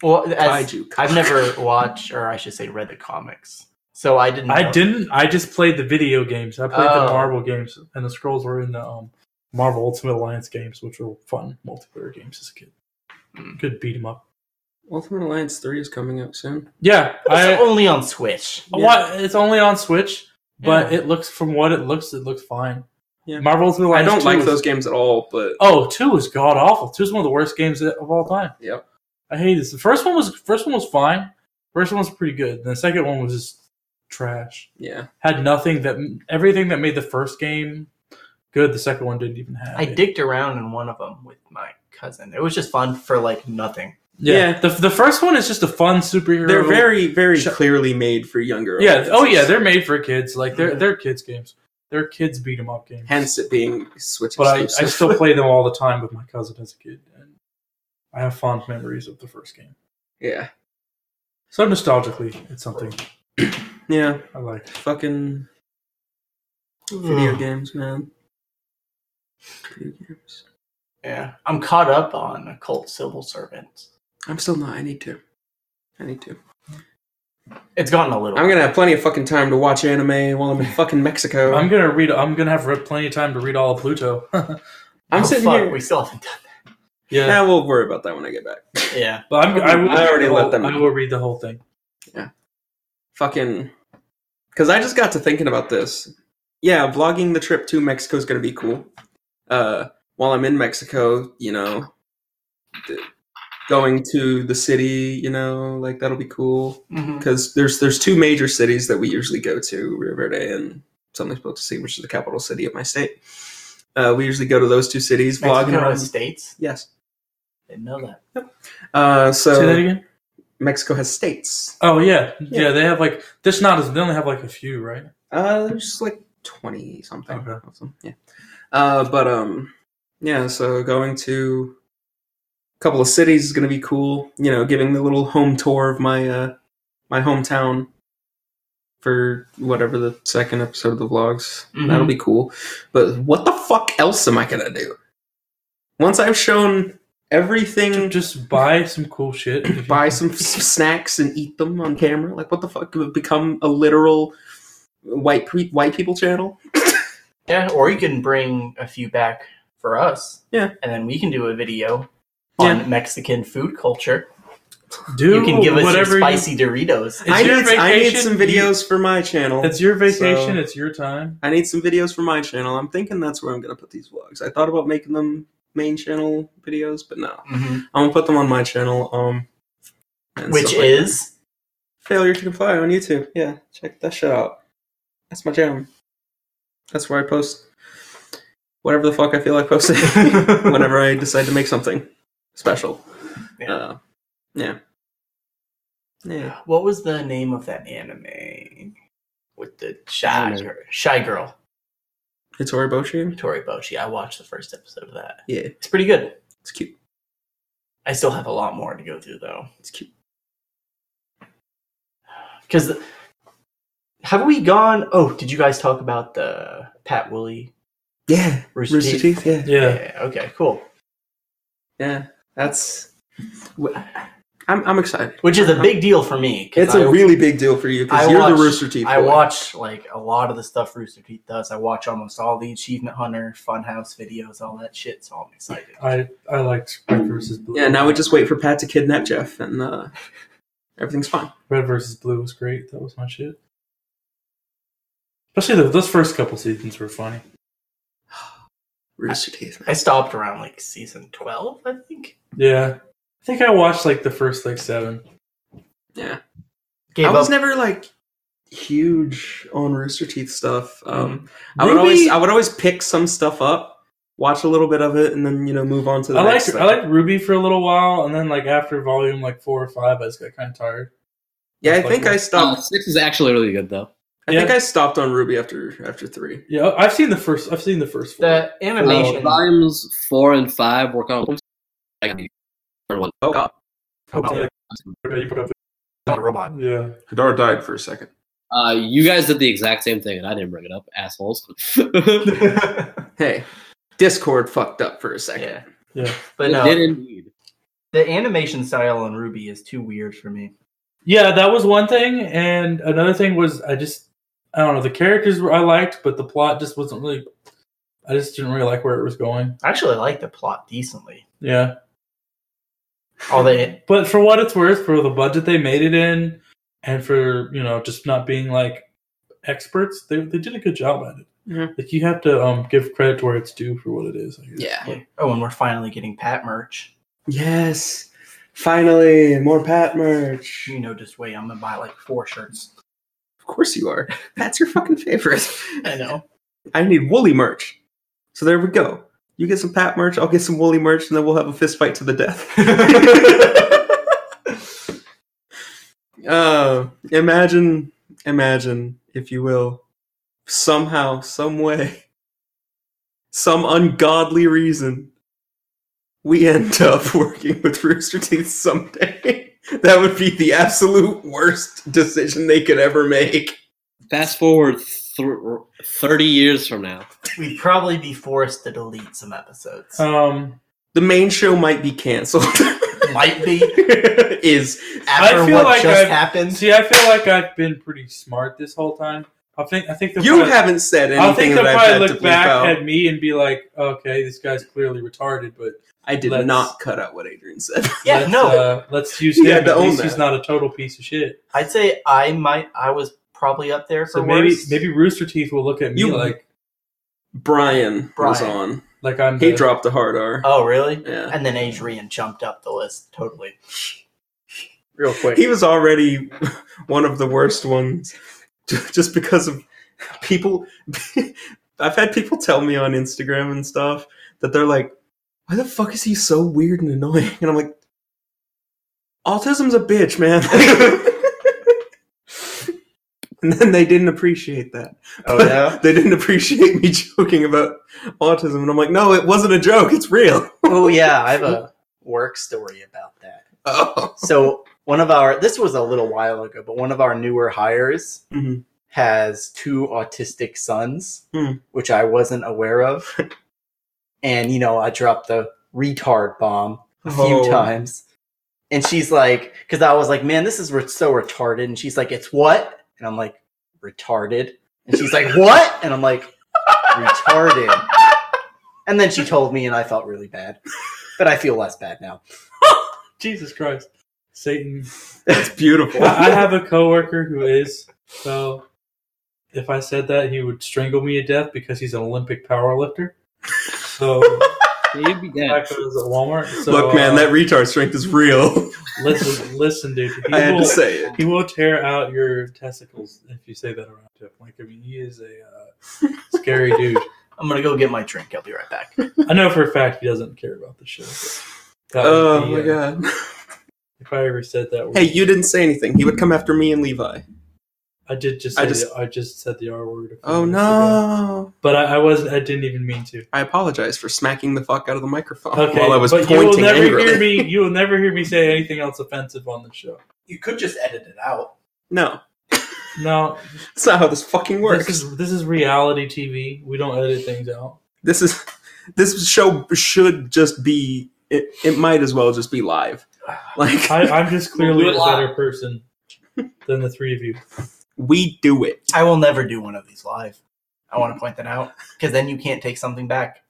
Well, as, Kaiju cock. I've never watched, or I should say, read the comics, so I didn't. I know. didn't. I just played the video games. I played Oh. the Marvel games, and the scrolls were in the um, Marvel Ultimate Alliance games, which were fun multiplayer games as a kid. Hmm. Good beat 'em up. Ultimate Alliance 3 is coming out soon. Yeah, I. It's only on Switch. I want- It's only on Switch, but Yeah. it looks from what it looks, it looks fine. Yeah. Marvel I Ultimate Alliance. don't 2 like is- those games at all, but Oh, two is god awful. Two is one of the worst games of all time. Yep. I hate this. The first one was first one was fine. First one was pretty good. The second one was just trash. yeah. Had nothing that everything that made the first game good. The second one didn't even have. I it. digged around in one of them with my cousin. It was just fun for like nothing. Yeah. Yeah. The, the first one is just a fun superhero. They're very, very Sh- clearly made for younger. Yeah. audiences. Oh yeah, they're made for kids. Like they're Yeah. they're kids games. They're kids beat 'em up games. hence it being Switch. but I, I exclusive. *laughs* still play them all the time with my cousin as a kid, and I have fond memories of the first game. *laughs* yeah, So nostalgically, it's something yeah, I like. fucking video games, man. Video games. Yeah, I'm caught up on Occult Civil Servant. I'm still not. I need to. I need to. It's gotten a little. I'm gonna have plenty of fucking time to watch anime while I'm in fucking Mexico. I'm I'm, gonna read. I'm gonna have re- plenty of time to read all of Pluto. *laughs* Oh, sitting fuck, here. We still haven't done yeah. Yeah, we'll worry about that when I get back. that. *laughs* Yeah, But I'm, I, will, I already let them- I will read the whole thing. fucking because i just got to thinking about this yeah vlogging the trip to mexico is going to be cool uh while i'm in mexico you know th- going to the city you know like that'll be cool Mhm. because there's there's two major cities that we usually go to rio verde and something supposed to see which is the capital city of my state uh, we usually go to those two cities vlogging Mexico around has states. yes Didn't know that. uh, Say that so again. mexico has states Oh yeah. yeah, Yeah. They have like this. Not as they only have like a few, right? Uh, there's like twenty something. Okay. of them, Yeah. Uh, but um, yeah. So going to a couple of cities is gonna be cool. You know, giving the little home tour of my uh my hometown for whatever the second episode of the vlogs. Mm-hmm. Mhm. That'll be cool. But what the fuck else am I gonna do? Once I've shown everything, Just buy some cool *laughs* shit. if you Mm. buy can. some s- snacks and eat them on camera. Like, what the fuck? Become a literal white pre- white people channel. Yeah, or you can bring a few back for us. Yeah. and then we can do a video on Yeah. Mexican food culture. Do you can give us your whatever you- spicy Doritos. It's I your need, I need vacation. some videos for my channel. it's your vacation. So- It's your time. I need some videos for my channel. I'm thinking that's where I'm gonna put these vlogs. I thought about making them main channel videos, but no, Mhm. I'm gonna put them on my channel. Um, and Which stuff like is that. failure to comply on YouTube. Yeah, check that shit out. That's my channel. That's where I post whatever the fuck I feel like *laughs* posting *laughs* whenever I decide to make something special. Yeah. Uh, yeah. Yeah. what was the name of that anime with the I shy don't know. girl, shy girl Hitori Boshi? Tori Boshi? I watched the first episode of that. Yeah, It's pretty good. it's cute. I still have a lot more to go through though. It's cute. Because have we gone? Oh, did you guys talk about the Pat Woolley Yeah. Rooster, Rooster Teeth? Teeth, yeah. Yeah. Okay. Cool. Yeah, that's. wh- I'm I'm excited. Which is a big deal for me. 'cause It's a I- really big deal for you because I you're watch- the Rooster Teeth. I boy. watch like a lot of the stuff Rooster Teeth does. I watch almost all the Achievement Hunter, Funhouse videos, all that shit. So I'm excited. I I liked Red versus Blue. Yeah, now we just wait for Pat to kidnap Jeff, and uh, everything's fine. Red versus Blue was great. That was my shit. Especially the, those first couple seasons were funny. Rooster Teeth. I stopped around like season twelve, I think. Yeah, I think I watched like the first like seven. Gave I was up. never like huge on Rooster Teeth stuff. Um, I would Ruby- always I would always pick some stuff up, watch a little bit of it, and then you know move on to the I next. liked stuff. I liked Ruby for a little while, and then like after volume like four or five, I just got kind of tired. yeah, I I think like- I Uh, stopped. six is actually really good though. I think yeah. I stopped on Ruby after after three. Yeah, I've seen the first. I've seen the first. Four. the animation. *laughs* volumes four and five work on. I need for one. Oh God, robot. yeah. Hadar died for a second. Uh, you guys did the exact same thing, and I didn't bring it up, assholes. hey, Discord fucked up for a second. yeah, Yeah. But no, It did indeed. the animation style on Ruby is too weird for me. Yeah, that was one thing, and another thing was I just I don't know the characters were I liked, but the plot just wasn't really. I just didn't really like where it was going. I actually like the plot decently. Yeah, All the but for what it's worth, for the budget they made it in, and for you know just not being like experts, they they did a good job at it. Mhm. Like you have to um give credit to where it's due for what it is. I guess. Yeah. oh, and we're finally getting Pat merch. Yes. Finally, more Pat merch. You know, just wait. I'm gonna buy like four shirts. Of course you are. Pat's your fucking favorite. *laughs* I know. I need woolly merch. So there we go. You get some Pat merch, I'll get some woolly merch, and then we'll have a fist fight to the death. *laughs* Uh, imagine, imagine, if you will, somehow, some way, some ungodly reason, we end up *laughs* working with Rooster Teeth someday. *laughs* that would be the absolute worst decision they could ever make. Fast forward th- 30 years from now. We'd probably be forced to delete some episodes. Um, The main show might be canceled. *laughs* Might *laughs* be Is after feel what like just I've- happened. see, I feel like I've been pretty smart this whole time. I think I think they'll you probably- haven't said I think anything they'll that I've had probably to look bleep back out. at me and be like, "Okay, this guy's clearly retarded," but I did Let's- not cut out what Adrian said. *laughs* Yeah, let's, no, uh, let's use You him. had to At own least he's that. not a total piece of shit. I'd say I might. I was probably up there for So maybe worst. maybe Rooster Teeth will look at me You- like Brian, was Brian. on. like I'm. He the- dropped a hard R. Uh, Oh, really? Yeah. And then Adrian jumped up the list totally. real quick. He was already *laughs* one of the worst ones ju- just because of people. *laughs* I've had people tell me on Instagram and stuff that they're like, why the fuck is he so weird and annoying? And I'm like, autism's a bitch, man. *laughs* and then they didn't appreciate that. *laughs* Oh yeah. They didn't appreciate me *laughs* joking about autism. And I'm like, no, it wasn't a joke. It's real. *laughs* oh yeah. *laughs* I have a work story about that. Oh. So one of our this was a little while ago, but one of our newer hires Mhm. has two autistic sons, Hmm. which I wasn't aware of. and you know, I dropped the retard bomb a few Oh. times. And she's like, because I was like, man, this is re- so retarded. And she's like, it's what? And I'm like, retarded. And she's like, what? And I'm like, retarded. And then she told me, and I felt really bad. But I feel less bad now. Jesus Christ, Satan. That's beautiful. I, I have a coworker who is so. If I said that, he would strangle me to death because he's an Olympic powerlifter. So You'd be back dead. when I was at Walmart. So, Look, man, uh, that retard strength is real. listen, listen, dude. *laughs* He I had will, to say it. he will tear out your testicles if you say that around him. Like, I mean, he is a uh, scary dude. I'm gonna go get my drink. I'll be right back. I know for a fact he doesn't care about the show. but that would Oh be, my uh, god. If I ever said that, word, Hey, you didn't say anything. He would come after me and Levi. I did just. I Say I just- just. I just said the R word. a few Oh minutes ago. no. But I, I wasn't. I didn't even mean to. I apologize for smacking the fuck out of the microphone Okay, while I was but pointing you will never angrily. hear me. You will never hear me say anything else offensive on the show. *laughs* You could just edit it out. No, No, that's not how this fucking works. this is this is reality TV. We don't edit things out. This is this show should just be. It, it might as well just be *sighs* live. Like I, I'm *laughs* just clearly Do a it live. better person than the three of you. we do it. I will never do one of these live. I want to point that out because then you can't take something back.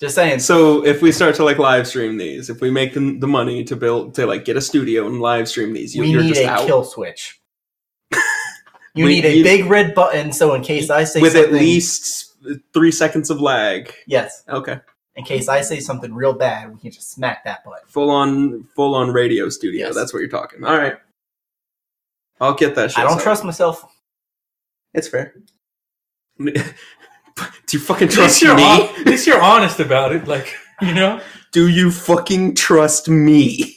Just saying. And so if we start to like live stream these, if we make the, the money to build to like get a studio and live stream these, you, we you're need just a out kill *laughs* switch. You We need a need- big red button so in case I say with at something, least three seconds of lag. yes, Okay. in case I say something real bad, we can just smack that button. full on full on radio studio. Yes. That's what you're talking. All right, I'll get that shit. I don't settled. trust myself. It's fair. *laughs* Do you fucking trust at, least you're me? hon- at least you're honest about it. Like you know, Do you fucking trust me?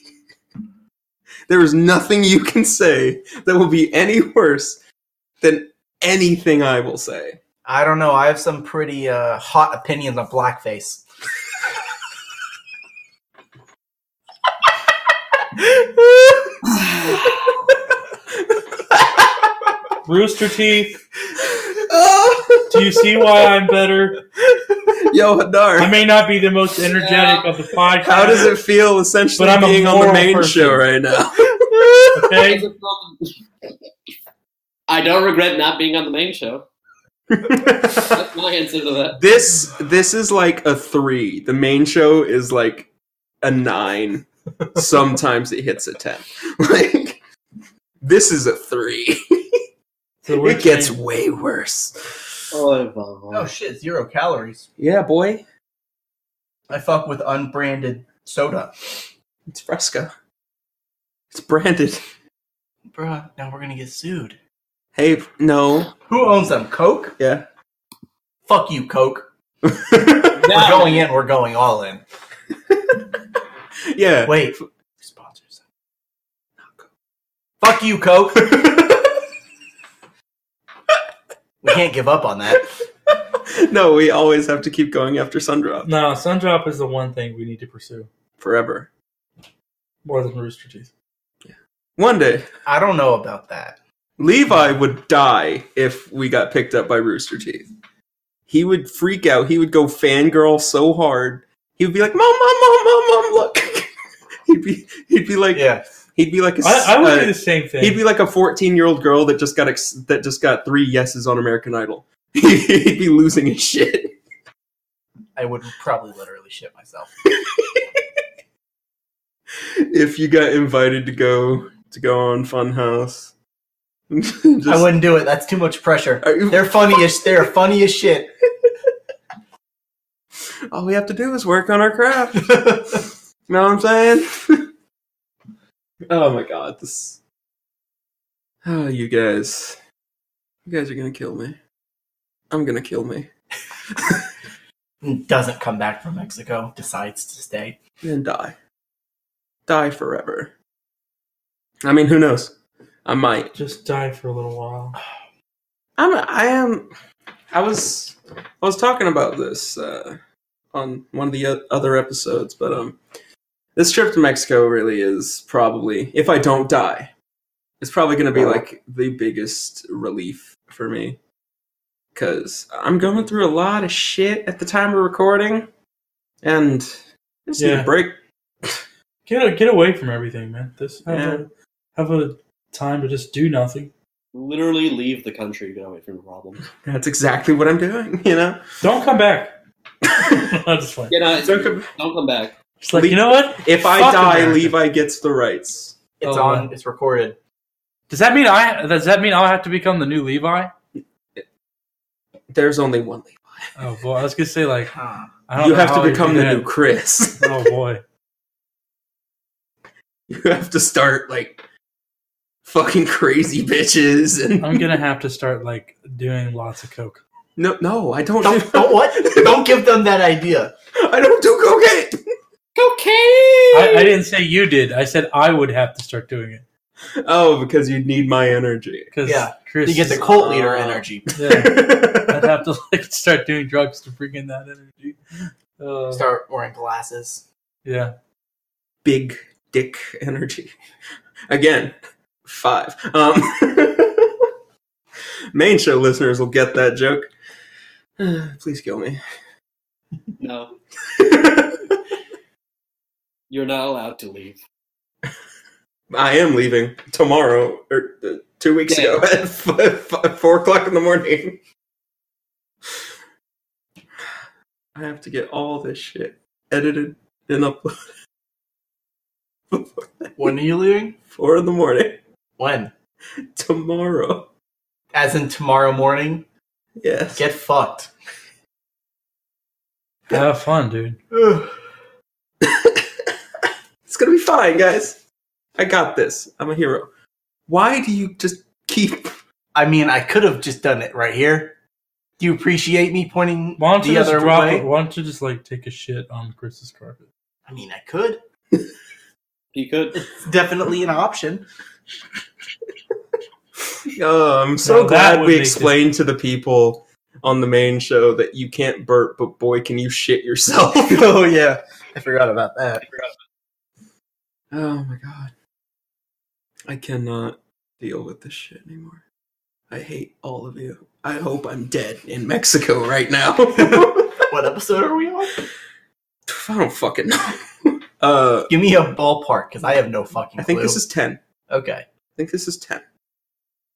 There is nothing you can say that will be any worse than anything I will *laughs* say. *laughs* I don't know. I have some pretty uh, hot opinions on blackface. Rooster Teeth. Do you see why I'm better? Yo, Hadar, I may not be the most energetic of the podcast. how does it feel essentially But I'm a being on the moral main person. show right now? *laughs* *laughs* Okay, I don't regret not being on the main show. That's my answer to that. This this is like a three. The main show is like a nine. Sometimes it hits a ten. *laughs* Like this is a three. so we're It gets changing- way worse. Oh, wow, wow. oh shit! Zero calories. Yeah, boy, I fuck with unbranded soda. it's Fresca. It's branded. Bruh, now we're gonna get sued. Hey, no, *laughs* Who owns them? Coke? yeah. Fuck you, Coke. We're Now, going in, we're going all in. yeah, *laughs* Wait. Sponsors. Fuck you, Coke. we can't give up on that. no, we always have to keep going after Sundrop No, Sundrop is the one thing we need to pursue forever. more than Rooster Teeth. One day, I don't know about that. Levi would die if we got picked up by Rooster Teeth. He would freak out. He would go fangirl so hard. He would be like, "Mom, mom, mom, mom, mom, look!" *laughs* he'd be, he'd be like, Yeah. he'd be like a, I, I would uh, do the same thing. He'd be like a 14 year old girl that just got ex- that just got three yeses on American Idol. *laughs* He'd be losing his shit. I would probably literally shit myself. If you got invited to go to go on Funhouse, *laughs* just, I wouldn't do it. That's too much pressure. Are you- They're funny as they're funny as shit. all we have to do is work on our craft. you know what I'm saying? *laughs* oh my god, this. Oh, you guys, you guys are gonna kill me. I'm gonna kill me Doesn't come back from Mexico. Decides to stay. and die, die forever. I mean, who knows? I might. just die for a little while. I'm. I am. I was. I was talking about this uh, on one of the o- other episodes, but um, this trip to Mexico really is probably, if I don't die, it's probably going to be like the biggest relief for me, because I'm going through a lot of shit at the time of recording, and I just need Yeah. a break. Get get away from everything, man. This have, Yeah. a, have a time to just do nothing. Literally leave the country, get away from the *laughs* problem. That's exactly what I'm doing. *laughs* You *laughs* know. Don't come back. *laughs* I'm just like, You know, Don't come- don't come back. just like you know what? If I Fuck die, America. Levi gets the rights. It's Oh, on. It's recorded. Does that mean I? Does that mean I'll have to become the new Levi? There's only one. Levi. Oh boy, I was gonna say like I don't You know have how to you become do the that. new Chris. *laughs* *laughs* Oh boy, you have to start like fucking crazy bitches and I'm gonna have to start like doing lots of coke. no no I don't Don't, don't *laughs* what? Don't give them that idea. I don't do cocaine. I, I didn't say you did. I said I would have to start doing it Oh, because you need my energy. because Yeah, Chris You get the is- cult leader energy. *laughs* yeah, I'd have to like start doing drugs to bring in that energy. Uh, Start wearing glasses. yeah, Big dick energy. Again, five. Um *laughs* Main show listeners will get that joke. *sighs* Please kill me. *laughs* No, you're not allowed to leave. I am leaving tomorrow or uh, two weeks ago *laughs* at f- f- four o'clock in the morning. I have to get all this shit edited and uploaded before When are you leaving? four in the morning When? tomorrow. As in tomorrow morning? Yes, Get fucked. have fun, dude. it's gonna be fine, guys. I got this. I'm a hero. Why do you just keep? I mean, I could have just done it right here. Do you appreciate me pointing Why don't you the just other drop way? it? Why don't you just like take a shit on Chris's carpet? I mean, I could. He could. It's definitely an option. *laughs* Oh, I'm so No, that glad would we make this- explained to the people on the main show that you can't burp, but boy, can you shit yourself. oh yeah, I forgot about that. Oh my god. I cannot deal with this shit anymore. I hate all of you. I hope I'm dead in Mexico right now. I What episode are we on? don't fucking know. *laughs* Uh Give me a ballpark because I have no fucking. I think clue. this is 10. I okay. think this is 10.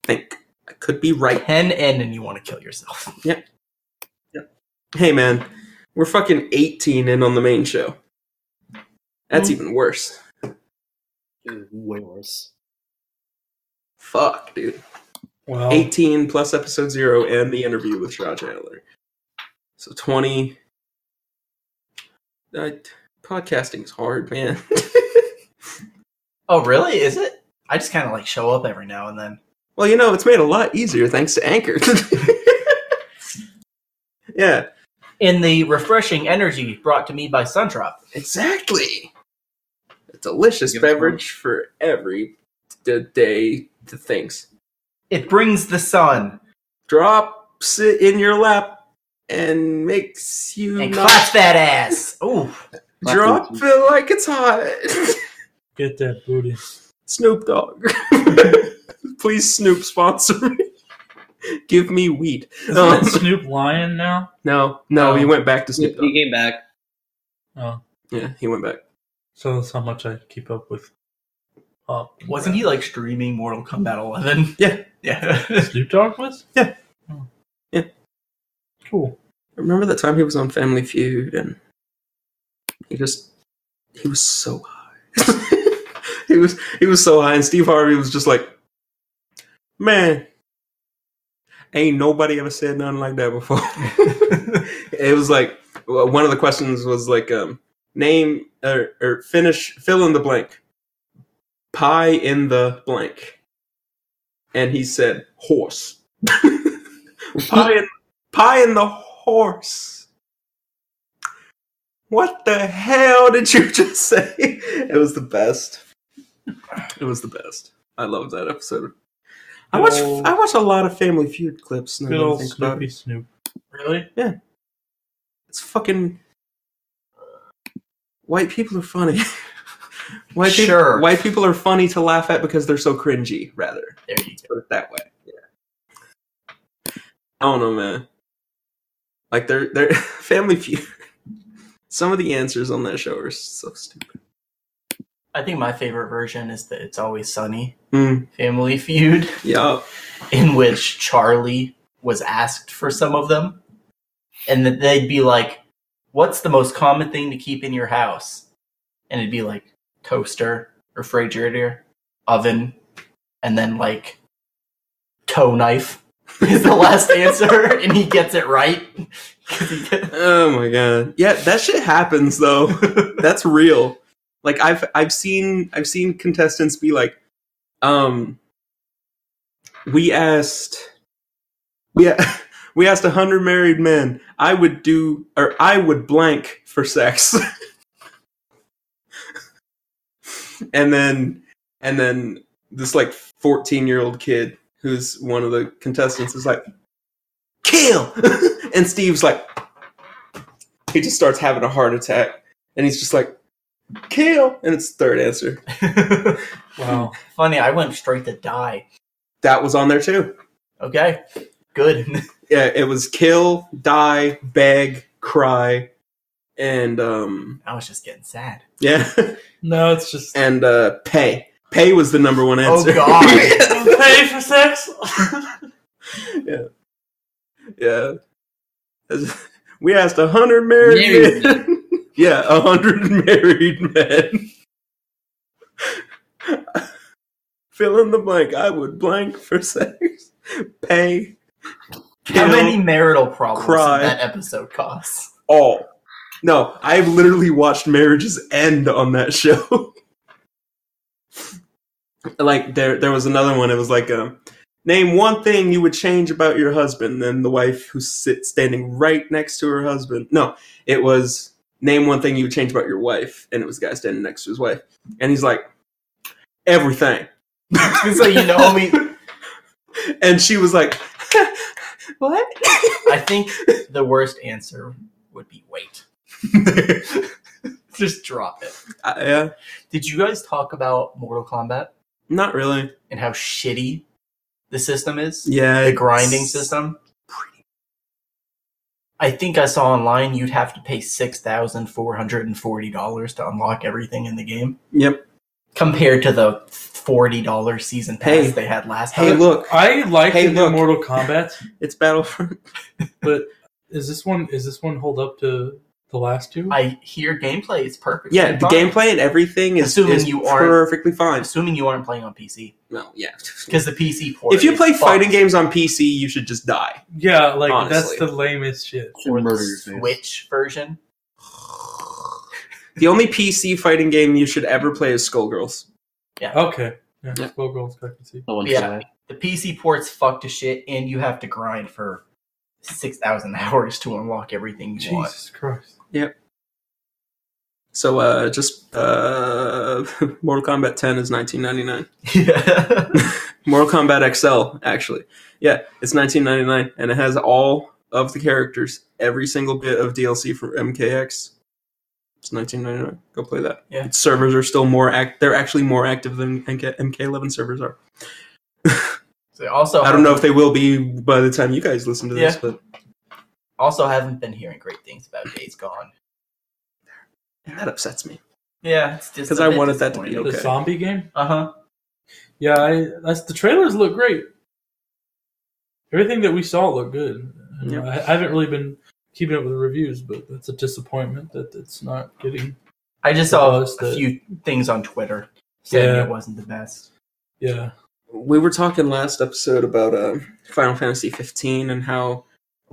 think. I could be right. Ten in, and you want to kill yourself. *laughs* Hey man, we're fucking 18 in on the main show. That's even worse. It was way worse. Fuck, dude. Well, 18 plus episode 0 and the interview with Shaw Chandler. So 20. Uh, podcasting is hard, man. *laughs* Oh really? Is it? I just kind of like show up every now and then. well, you know, it's made a lot easier thanks to Anchor. *laughs* yeah, In the refreshing energy brought to me by Suntrop. exactly. A delicious Give it beverage for every the day to things. It brings the sun. Drops it in your lap and makes you And not clap that ass. Ooh. drop it like it's hot. *laughs* Get that booty. Snoop Dogg. *laughs* Please, Snoop, sponsor me. Give me wheat. Isn't Um, that Snoop Lion now? no, no, he went back to He Snoop Dogg. he came back. Oh, Yeah, he went back. so that's how much I keep up with. Uh, Wasn't he like streaming Mortal Kombat 11? Yeah. *laughs* Yeah. Snoop Dogg was? Yeah. Oh. Yeah. Cool. I remember that time he was on Family Feud and he just he was so high. *laughs* he was he was so high and Steve Harvey was just like Man Ain't nobody ever said nothing like that before. *laughs* it was like well, one of the questions was like um name or, or finish fill in the blank. Pie in the blank. And he said horse. *laughs* pie in Pie and the horse. What the hell did you *laughs* just say? It was the best. It was the best. I love that episode. I watch Oh. I watch a lot of Family Feud clips. Now Good that I old think about Snoopy it. Snoop. Really? It's fucking white people are funny. *laughs* white peop- Sure. white people are funny to laugh at because they're so cringy. Rather, There you put it that way. I don't know, man. Like they're they're *laughs* Family Feud. Some of the answers on that show are so stupid. I think my favorite version is the It's Always Sunny Mm, Family Feud, yeah, in which Charlie was asked for some of them. And that they'd be like, What's the most common thing to keep in your house? And it'd be like toaster, refrigerator, oven, and then like toe knife *laughs* is the last answer. *laughs* And he gets it right. *laughs* 'Cause he get- *laughs* Oh my god. Yeah, that shit happens though. *laughs* That's real. Like I've I've seen I've seen contestants be like, um, we asked, we *laughs* a- we asked hundred married men. I would do or I would blank for sex. *laughs* and then and then this like fourteen year old kid who's one of the contestants is like, kill, *laughs* and Steve's like he just starts having a heart attack and he's just like kill and it's the third answer *laughs* Wow. *laughs* Funny, I went straight to die. that was on there too Okay, good. *laughs* yeah it was kill die beg cry and um I was just getting sad. yeah *laughs* no, it's just. and uh pay pay was the number one Oh, answer *laughs* God. Pay for sex? yeah As- we asked a hundred married Married men *laughs* yeah a hundred *laughs* married men *laughs* fill in the blank i would blank for sex pay How kill. many marital problems Cry. did that episode cause? *laughs* all. No, I've literally watched marriages end on that show. *laughs* like there there was another one, it was like um name one thing you would change about your husband, then the wife who sits standing right next to her husband. No, it was name one thing you would change about your wife, and it was the guy standing next to his wife. And he's like, Everything. so you know, I mean, And she was like, *laughs* What? I think the worst answer would be wait. *laughs* Just drop it. I- Uh, yeah. Did you guys talk about Mortal Kombat Not really. and how shitty the system is? Yeah. The grinding it's- system. I think I saw online you'd have to pay six thousand four hundred and forty dollars to unlock everything in the game. Yep. compared to the forty dollar season pass Hey. they had last Hey, time. look, I like Hey, the new look. Mortal Kombat, it's Battlefront. but is this one is this one hold up to the last two? I hear gameplay is perfect. *laughs* Yeah, the gameplay and everything is, Assuming is you aren't- perfectly fine. Assuming you aren't playing on PC No, yeah. because the PC port. If you is play fucked. fighting games on PC, you should just die. yeah, like that's honestly. the lamest shit. Should or the murder your face. Switch version, The only PC fighting game you should ever play is Skullgirls. Okay. Yeah, Yeah. Well, girls, I can see. No one Yeah. died. the PC port's fucked to shit, and you have to grind for *laughs* six thousand hours to unlock everything you want. Jesus Christ. So uh, just uh, *laughs* Mortal Kombat 10 is 1999. *laughs* Yeah. Mortal Kombat XL, actually. Yeah, it's 1999, and it has all of the characters, every single bit of DLC for MKX. It's 1999. Go play that. Yeah. Its servers are still more act. They're actually more active than MK- MK11 servers are. So also, I don't know if they will be by the time you guys listen to this, but Also, haven't been hearing great things about Days Gone. that upsets me. Yeah, it's just 'Cause I wanted that to be The Okay. zombie game? Uh huh. Yeah, I, that's the trailers look great. Everything that we saw looked good. And Yep. I, I haven't really been keeping up with the reviews, but that's a disappointment that it's not getting. I just saw Because a the- few things on Twitter saying Yeah. it wasn't the best. Yeah, We were talking last episode about uh, Final Fantasy 15 and how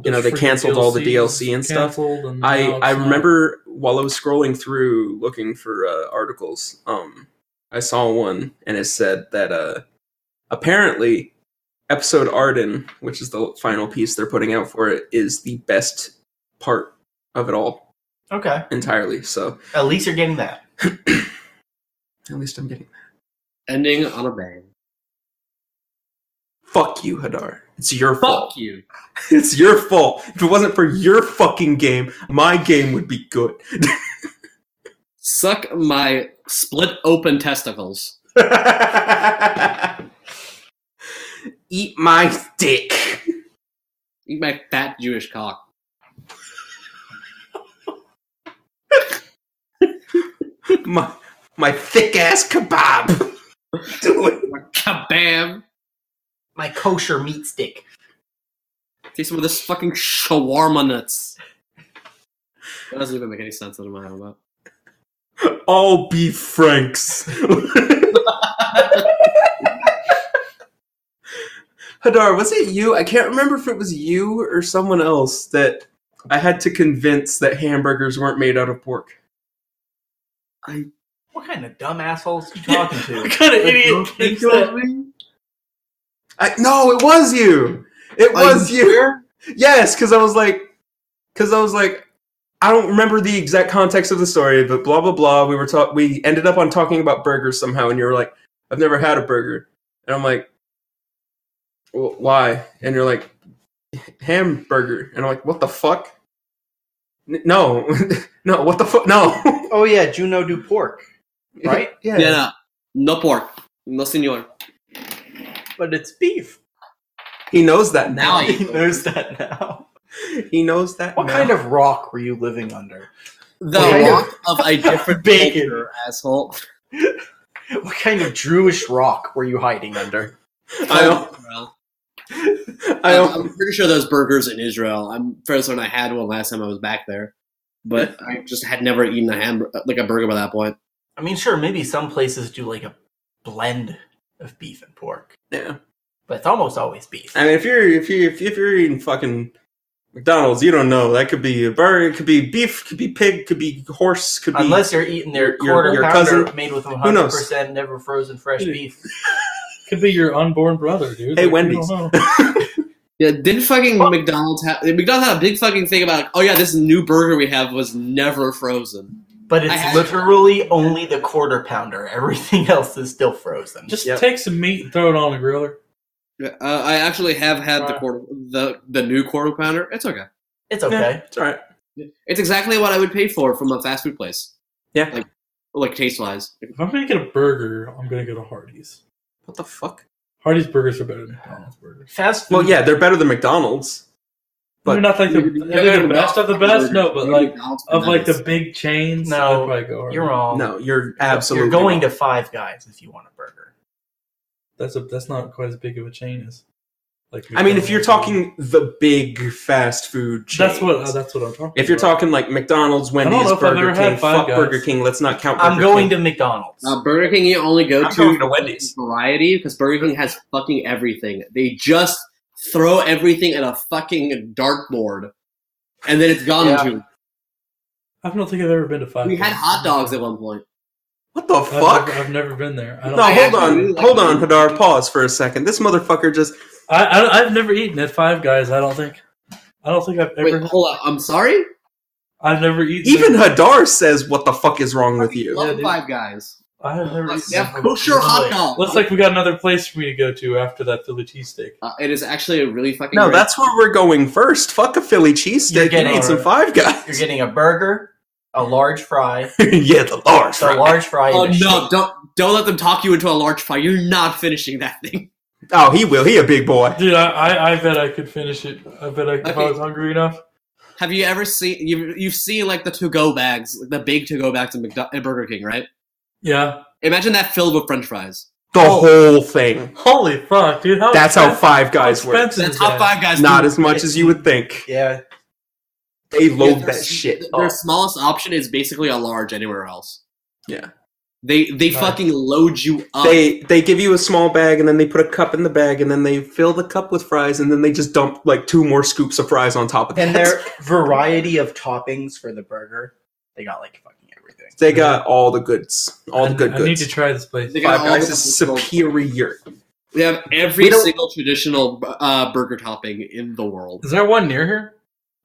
You know, they Freaking canceled all the DLC and stuff. canceled and I now it's I not- remember while I was scrolling through looking for uh, articles, um, I saw one and it said that uh, apparently episode Arden, which is the final piece they're putting out for it, is the best part of it all Okay, entirely. So at least you're getting that. at least I'm getting that. Ending on a bang. Fuck you, Hadar. It's your fault. *laughs* Fuck you. It's your fault. If it wasn't for your fucking game, my game would be good. Suck my split open testicles. Eat my dick. *laughs* Eat my fat Jewish cock. my my thick ass kebab. *laughs* Do it. Kabam! My kosher meat stick. Take some of this fucking shawarma nuts. That doesn't even make any sense. What am I on about? All beef franks. *laughs* Hadar, was it you? I can't remember if it was you or someone else that I had to convince that hamburgers weren't made out of pork. What kind of dumb assholes you talking to? kind of idiot thinks that? I, no, it was you. It was you. Yes, because I was like, because I was like, I don't remember the exact context of the story, but blah blah blah. We were talk. We ended up on talking about burgers somehow, and you were like, "I've never had a burger," and I'm like, well, "Why?" And you're like, "Hamburger," and I'm like, "What the fuck?" N- no, *laughs* no, what the fuck? No, *laughs* Oh yeah, Juno do pork, right? yeah. Yeah, no. No pork. No senor. but it's beef. he knows that *laughs* now. Now He knows that now. *laughs* He knows that. What now. kind of rock were you living under? The Wait. rock of a different Bacon. culture, asshole. What kind of Jewish rock were you hiding under? I don't. Israel. I I'm, don't. I'm pretty sure those burgers in Israel. I'm fairly certain I had one last time I was back there, but I just had never eaten a hamburger like a burger by that point. I mean, sure, maybe some places do like a blend of beef and pork, Yeah. but it's almost always beef. I mean, if you're if you if, if you're eating fucking McDonald's, you don't know. That could be a burger, it could be beef, could be pig, could be horse, could be Unless you're eating their your- quarter your pounder cousin- made with who knows? 100% never frozen fresh Yeah. beef. Could be your unborn brother, dude. Hey, we Wendy's. don't know. *laughs* Yeah, didn't fucking McDonald's have McDonald's had a big fucking thing about like, oh yeah, this new burger we have was never frozen. But it's I had- literally only the quarter pounder. *laughs* Everything else is still frozen. Just Yep. take some meat and throw it on a griller. Uh, I actually have had the quarter the the new quarter pounder. It's okay. it's Yeah, okay. it's all right. It's exactly what I would pay for from a fast food place. Yeah. like like taste *laughs* wise. If I'm gonna get a burger, I'm gonna go to Hardee's. What the fuck? Hardee's burgers are better than McDonald's burgers. Fast food. Well, yeah, they're better than McDonald's. But- But not like the, they're the best of the best, no, but like of like the big chains. No, I'd probably go Hardee's. You're wrong. No, you're absolutely You're going to wrong. Five Guys if you want a burger. That's a that's not quite as big of a chain as. Like I mean, if McDonald's. you're talking the big fast food, chains, that's what uh, that's what I'm talking. if you're about. talking like McDonald's, Wendy's, know if I've Burger ever King, had Five fuck Guys. Burger King. Let's not count. I'm Burger going King. to McDonald's. Uh, Burger King, you only go I'm to, going to for Wendy's. variety because Burger King has fucking everything. They just throw everything at a fucking dartboard, and then it's gone Yeah. to. I don't think I've ever been to Five. We had Guys. hot dogs at one point. What the I've fuck? never- I've never been there. I don't. No, I hold actually really on, like hold on, them. Hadar. Pause for a second. This motherfucker just I, I I've never eaten at Five Guys. I don't think. I don't think I've Wait, ever. hold on. I'm sorry. I've never eaten. Even Hadar says, "What the fuck is wrong with you?" Love dude. Five Guys. I have never They eaten. have kosher hot dogs. Looks like we got another place for me to go to after that Philly cheesesteak. Uh, it is actually a really fucking. No, great- that's where we're going first. Fuck a Philly You're cheesesteak. You getting- need some Five You're Guys. getting a burger, a large fry, *laughs* yeah, the large. a fry. large fry. Oh and a no! shake. Don't don't let them talk you into a large fry. You're not finishing that thing. *laughs* Oh, he will. He a big boy. Dude, I, I, I bet I could finish it. I bet I, if I Okay. was hungry enough. Have you ever seen you? You've seen like the to-go bags, like, the big to-go bags at, McDo- at Burger King, right? Yeah. Imagine that filled with French fries. The whole thing. Holy fuck, dude! How That's how expensive- Five Guys how works. expensive The is top that? five guys. Not do- as much as you would think. Yeah, They Yeah, load their- that shit Their up. smallest option is basically a large anywhere else. Yeah. They they Nice. fucking load you up. They they give you a small bag and then they put a cup in the bag and then they fill the cup with fries and then they just dump like two more scoops of fries on top of that. and their variety of toppings for the burger, they got like fucking everything. they got all the goods, all I, the good I need goods. to try this place. They got Five all Guys the- is superior. *laughs* They have We every don't- single traditional uh, burger topping in the world. Is there one near here?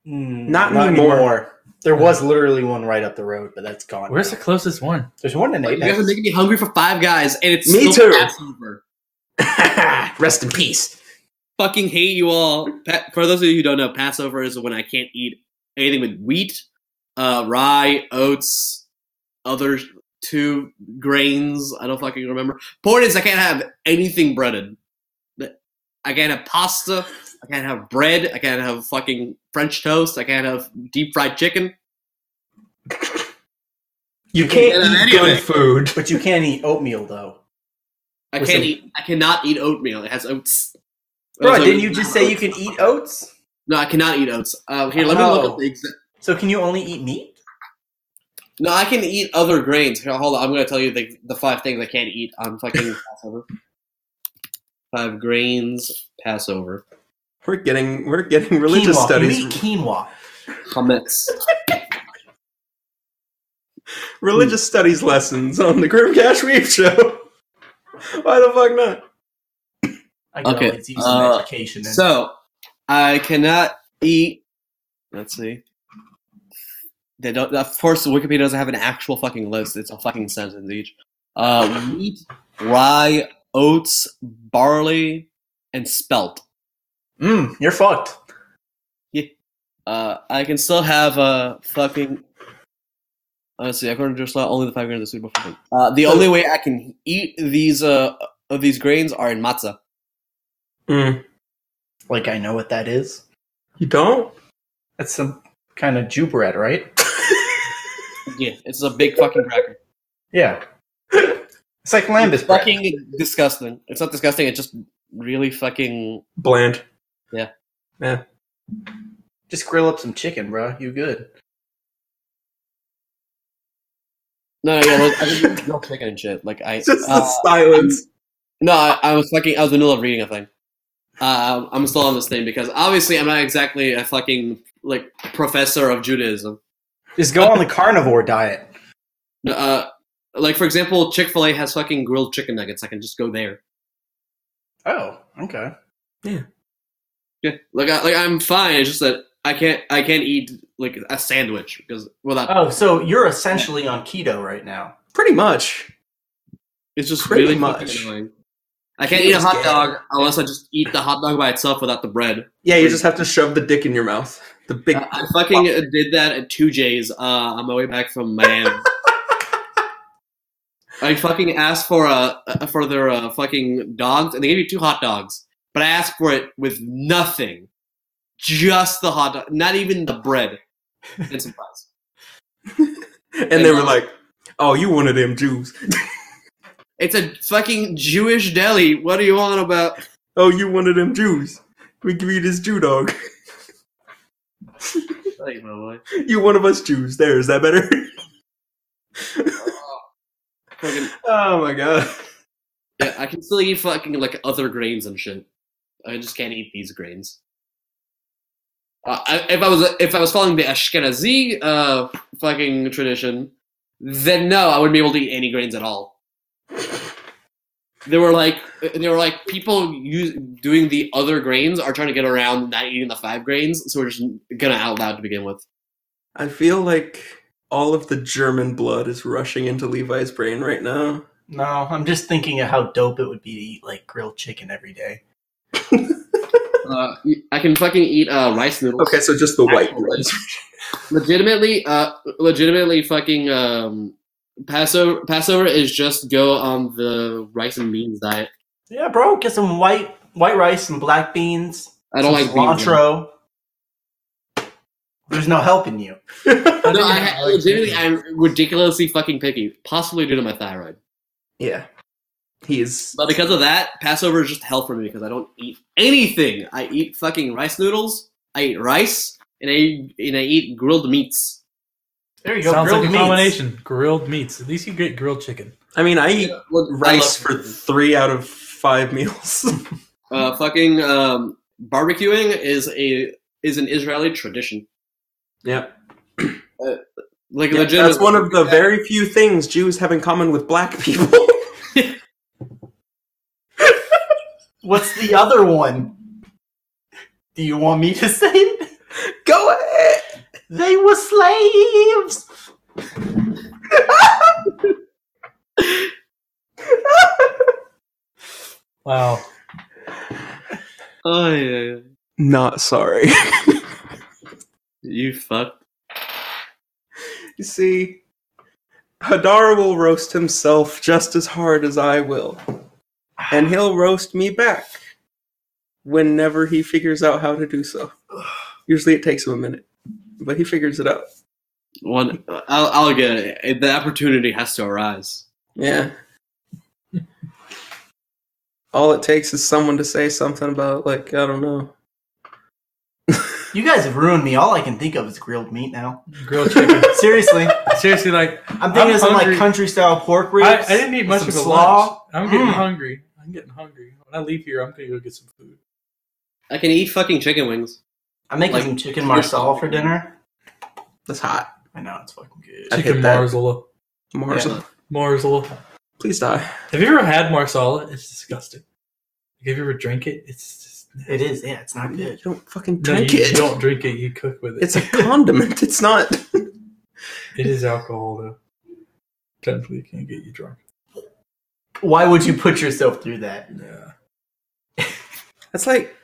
Mm, Not anymore. There was literally one right up the road, but that's gone. Where's now. the *laughs* closest one? There's one in Like, you guys Apex. are making me hungry for Five Guys, and it's Me still too. Passover. Rest in peace. Fucking hate you all. Pa- for those of you who don't know, Passover is when I can't eat anything with wheat, uh, rye, oats, other two grains. I don't fucking remember. Point is, I can't have anything breaded. I can't have pasta. I can't have bread. I can't have fucking French toast. I can't have deep fried chicken. You can't get eat any of good it. food. But you can't eat oatmeal though. I With some- can't eat. I cannot eat oatmeal. It has oats. Bro, Those are- didn't you just say you can eat oats? No, I cannot eat oats. Uh, here, let me look Oh. up the exact. So can you only eat meat? No, I can eat other grains. Here, hold on. I'm going to tell you the, the five things I can't eat on fucking Passover. Five grains, Passover. We're getting we're getting religious quinoa. Can you studies. eat quinoa? Hummus. religious studies lessons on the Grim Cash Weave show. *laughs* Why the fuck not? I can Okay, always use uh, some education. in- so, I cannot eat. Let's see. They don't. Of course, Wikipedia doesn't have an actual fucking list. It's a fucking sentence each. Uh, wheat, rye, oats, barley, and spelt. Mm, you're fucked. Uh, I can still have uh, fucking. Honestly, according to Joshua, only the five grains are suitable for me. Uh, the only way I can eat these uh of these grains are in matzah. Like I know what that is. You don't? That's some kind of Jew bread, right? Yeah, it's a big fucking cracker. Yeah. It's like lambis bread. Fucking disgusting. It's not disgusting. It's just really fucking. Bland. Just grill up some chicken, bro. You good? No, no, yeah, like, I just no chicken and shit. Like I It's just the uh, silence. no, I, I was fucking. I was in the middle of reading a thing. Uh, I'm still on this thing because obviously I'm not exactly a fucking like professor of Judaism. Just go on the carnivore diet. Uh, like for example, Chick Fil A has fucking grilled chicken nuggets. I can just go there. Oh, okay. Yeah, like I, like I'm fine. It's just that I can't I can't eat like a sandwich because well that Oh, so you're essentially on keto right now. Pretty much. it's just pretty really fucking much. annoying. I can't eat a Keto's hot gay. dog unless I just eat the hot dog by itself without the bread. Yeah, you just have to shove the dick in your mouth. The big. I I fucking did that at two J's uh, on my way back from Miami. I fucking asked for a uh, for their uh, fucking dogs, and they gave me two hot dogs. But I asked for it with nothing, just the hot dog, not even the bread and some fries. and they were like, "Oh, you one of them Jews? It's a fucking Jewish deli. What are you on about? Oh, you one of them Jews? We give you this Jew dog. *laughs* Like, my boy. You one of us Jews? There, is that better? *laughs* Fucking, oh my god. yeah, I can still eat fucking like other grains and shit. I just can't eat these grains. Uh, I, if I was if I was following the Ashkenazi uh, fucking tradition, then no, I wouldn't be able to eat any grains at all. They were like, they were like people use, doing the other grains are trying to get around not eating the five grains, so we're just gonna out loud to begin with. I feel like all of the German blood is rushing into Levi's brain right now. No, I'm just thinking of how dope it would be to eat like grilled chicken every day. Uh, I can fucking eat uh, rice noodles. Okay, so just the white Actually. blood. Legitimately, uh, legitimately, fucking um, Passover. Passover is just go on the rice and beans diet. Yeah, bro, get some white white rice and black beans. I don't some like beans. though. cilantro. There's no helping you. I No, don't I, even ha- like legitimately, chicken. I'm ridiculously fucking picky, possibly due to my thyroid. Yeah, he's But because of that, Passover is just hell for me because I don't eat anything. I eat fucking rice noodles. I eat rice, and I and I eat grilled meats. There you go. Sounds grilled like a meats. combination. Grilled meats. At least you get grilled chicken. I mean, I eat Well, I rice love- for three out of five meals. *laughs* uh, fucking um, barbecuing is a is an Israeli tradition. yep. Like Yep, legitimately, That's one of the very few things Jews have in common with black people. *laughs* What's the other one? Do you want me to say it? Go ahead. They were slaves. Wow. Oh yeah, yeah. Not sorry. *laughs* you fuck. you see, Hadar will roast himself just as hard as I will, and he'll roast me back whenever he figures out how to do so. Usually, it takes him a minute, but he figures it out. One, I'll, I'll get it. The opportunity has to arise. Yeah. All it takes is someone to say something about, like, I don't know. You guys have ruined me. All I can think of is grilled meat now. Grilled *laughs* chicken. Seriously, Seriously, like I'm thinking I'm of some like hungry. country style pork ribs. I, I didn't eat with much some of a slaw. lunch. I'm getting Mm. hungry. I'm getting hungry. When I leave here, I'm gonna go get some food. I can eat fucking chicken wings. I'm making Like- some chicken marsala for dinner. That's hot. I know it's fucking good. I'd Chicken hit that. Marzala. Marzala. Marzala. Please die. Have you ever had Marsala? It's disgusting. Like, have you ever drank it? It's just It is. Yeah, it's not You good. don't fucking no, drink you it. don't drink it. You cook with it. *laughs* It's a condiment. It's not. it is alcohol though. Technically, it can get you drunk. Why would you put yourself through that? Yeah, That's like.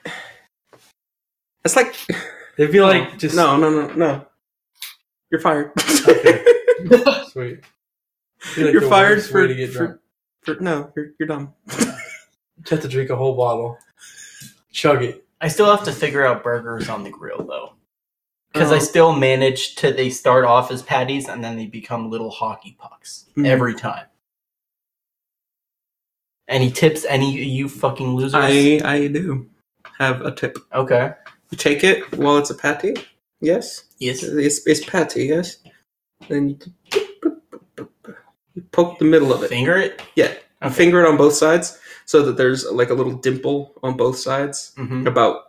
That's like. it'd be like just No, no, no, no. You're fired. Okay. Sweet. It'd be like You're the fired worst for- way to get for- drunk. For- no, *laughs* you're, you're dumb. You have to drink a whole bottle. Chug it. I still have to figure out burgers on the grill though, because Oh. I still manage to. They start off as patties and then they become little hockey pucks Hmm. Mm. every time. Any tips? Any you fucking losers? I, I do have a tip. okay. You take it while it's a patty. Yes? Yes. It's, it's patty, yes? Then you, you poke the middle of it. Oh, Finger it. Yeah. Okay. Finger it on both sides so that there's like a little dimple on both sides hmm about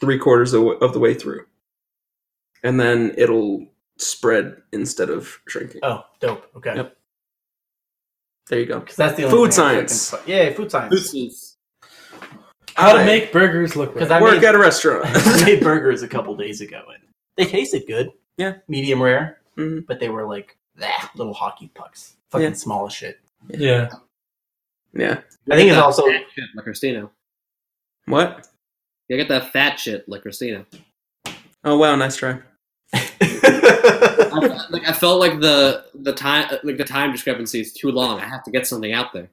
three quarters of of the way through. And then it'll spread instead of shrinking. Oh, dope. Okay. Yep. There you go. 'Cause that's the only Food thing I can science. fi- Yeah, food science. How I to make burgers look Because right. I work made, at a *laughs* restaurant. *laughs* I made burgers a couple days ago and they tasted good. Yeah. medium rare, Mhm. but they were like "Bleh," little hockey pucks, fucking Yeah. small as *laughs* shit. yeah. yeah. I think it's also fat shit like Christina. What? You get that fat shit like Christina. Oh wow, nice try. *laughs* I, felt- like I felt like the the time like the time discrepancy is too long. I have to get something out there.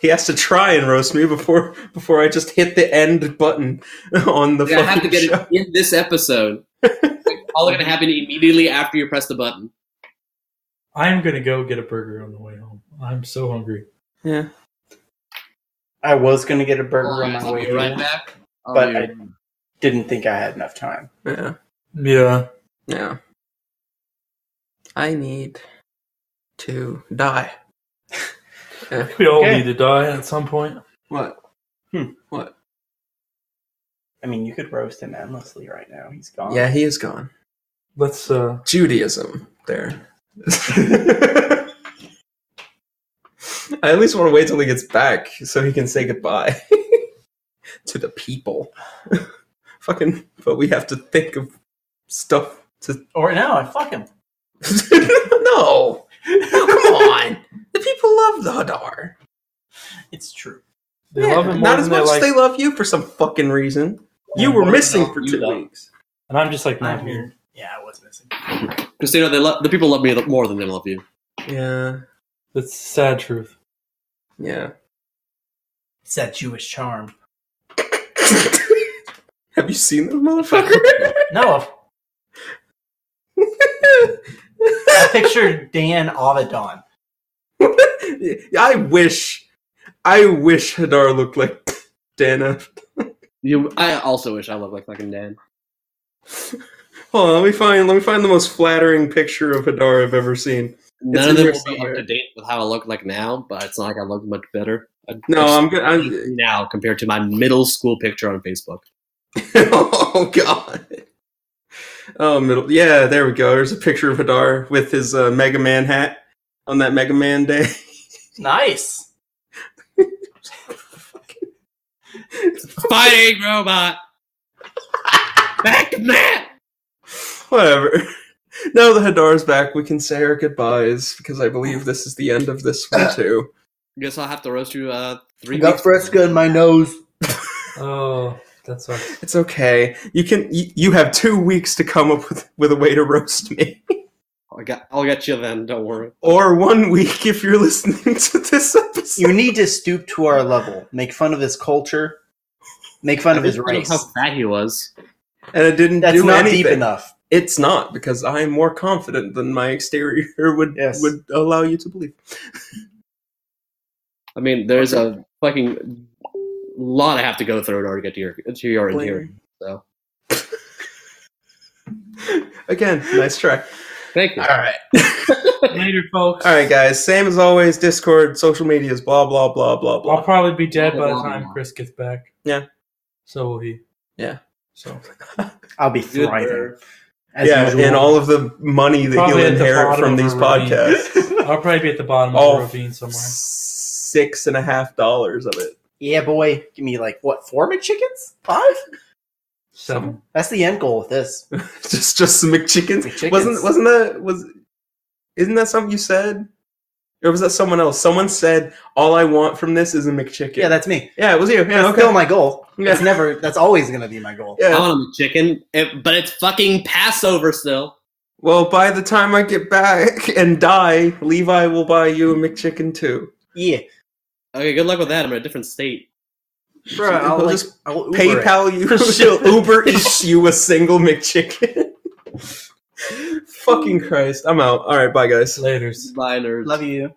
he has to try and roast me before before I just hit the end button *laughs* on the Like, I have fucking to get show. *laughs* it in this episode. It's all gonna happen immediately after you press the button. I'm gonna go get a burger on the way home. I'm so hungry. Yeah. I was gonna get a burger on my I'll way, be here, right back. I'll but be I didn't think I had enough time. Yeah. Yeah. Yeah. I need to die. We all Okay. need to die at some point. What? I mean, you could roast him endlessly right now. He's gone. Yeah, he is gone. Let's uh Judaism there. *laughs* I at least want to wait till he gets back so he can say goodbye *laughs* to *laughs* the people. Fucking, but we have to think of stuff Or no, I fuck him. no. no, come on. The people love the Hadar. It's true. They Yeah, love it more not than as they much as like. they love you for some fucking reason. You Yeah, were but missing no, for you two don't. weeks. and I'm just like not I'm here. here. Yeah, I was missing. Because they know they love the people love me more than they love you. Yeah, That's the sad truth. yeah. *laughs* It's that Jewish charm. Have you seen this *laughs* motherfucker? *laughs* No, I pictured Dan Avedon. I wish, I wish Hadar looked like Dana. You, I also wish I looked like fucking Dan. Hold on, let me find let me find the most flattering picture of Hadar I've ever seen. *laughs* None of them either will be up somewhere. to date with how I look like now, but it's not like I look much better. I- No, I'm good. I- I'm, now compared to my middle school picture on Facebook. oh god. Oh middle. Yeah, there we go. There's a picture of Hadar with his uh, Mega Man hat on that Mega Man day. Nice. Fighting robot. Back Matt. *laughs* Whatever. Now that Hadar's back, we can say our goodbyes because I believe this is the end of this *laughs* one too. Guess I'll have to roast you uh three weeks. Fresca in my nose. Oh, *laughs* that sucks. It's okay. You can. You, you have two weeks to come up with with a way to roast me. I got, I'll get you then. Don't worry. or one week if you're *laughs* listening to this episode. You need to stoop to our level. Make fun of his culture. Make fun of his race. How fat he was. And it didn't That's do not anything. deep enough. It's not because I am more confident than my exterior *laughs* would Yes. would allow you to believe. I mean, there's a fucking lot I have to go through in order to get to your to your end here. So *laughs* Again, nice try. thank you. All right. Later, folks. All right, guys. Same as always. Discord, social medias, blah blah blah blah blah. I'll probably be dead by the Blah, blah, time blah. Chris gets back. Yeah. So will he. Yeah. So I'll be Good thriving. bird. As yeah, usual. and all of the money that Probably he'll at the inherit bottom from of a these ravine. podcasts. I'll probably be at the bottom of Oh, the ravine somewhere. Six and a half dollars of it. *laughs* Yeah, boy. Give me like what four McChickens? Five? Seven. That's the end goal with this. just just some McChickens. McChickens. Wasn't wasn't that was isn't that something you said? Or was that someone else? Someone said, "All I want from this is a McChicken." Yeah, that's me. yeah, it was you. Yeah, That's okay. still my goal. Yeah. It's never. That's always gonna be my goal. I yeah. want a chicken, it, but it's fucking Passover still. Well, by the time I get back *laughs* and die, Levi will buy you a McChicken too. Yeah, Okay, good luck with that. I'm in a different state. bro. I'll We'll like, just I'll Uber it. PayPal you, *laughs* she'll Uber eat you a single McChicken. *laughs* Fucking Christ! I'm out. All right, bye guys. Laters. Bye, nerds. Love you.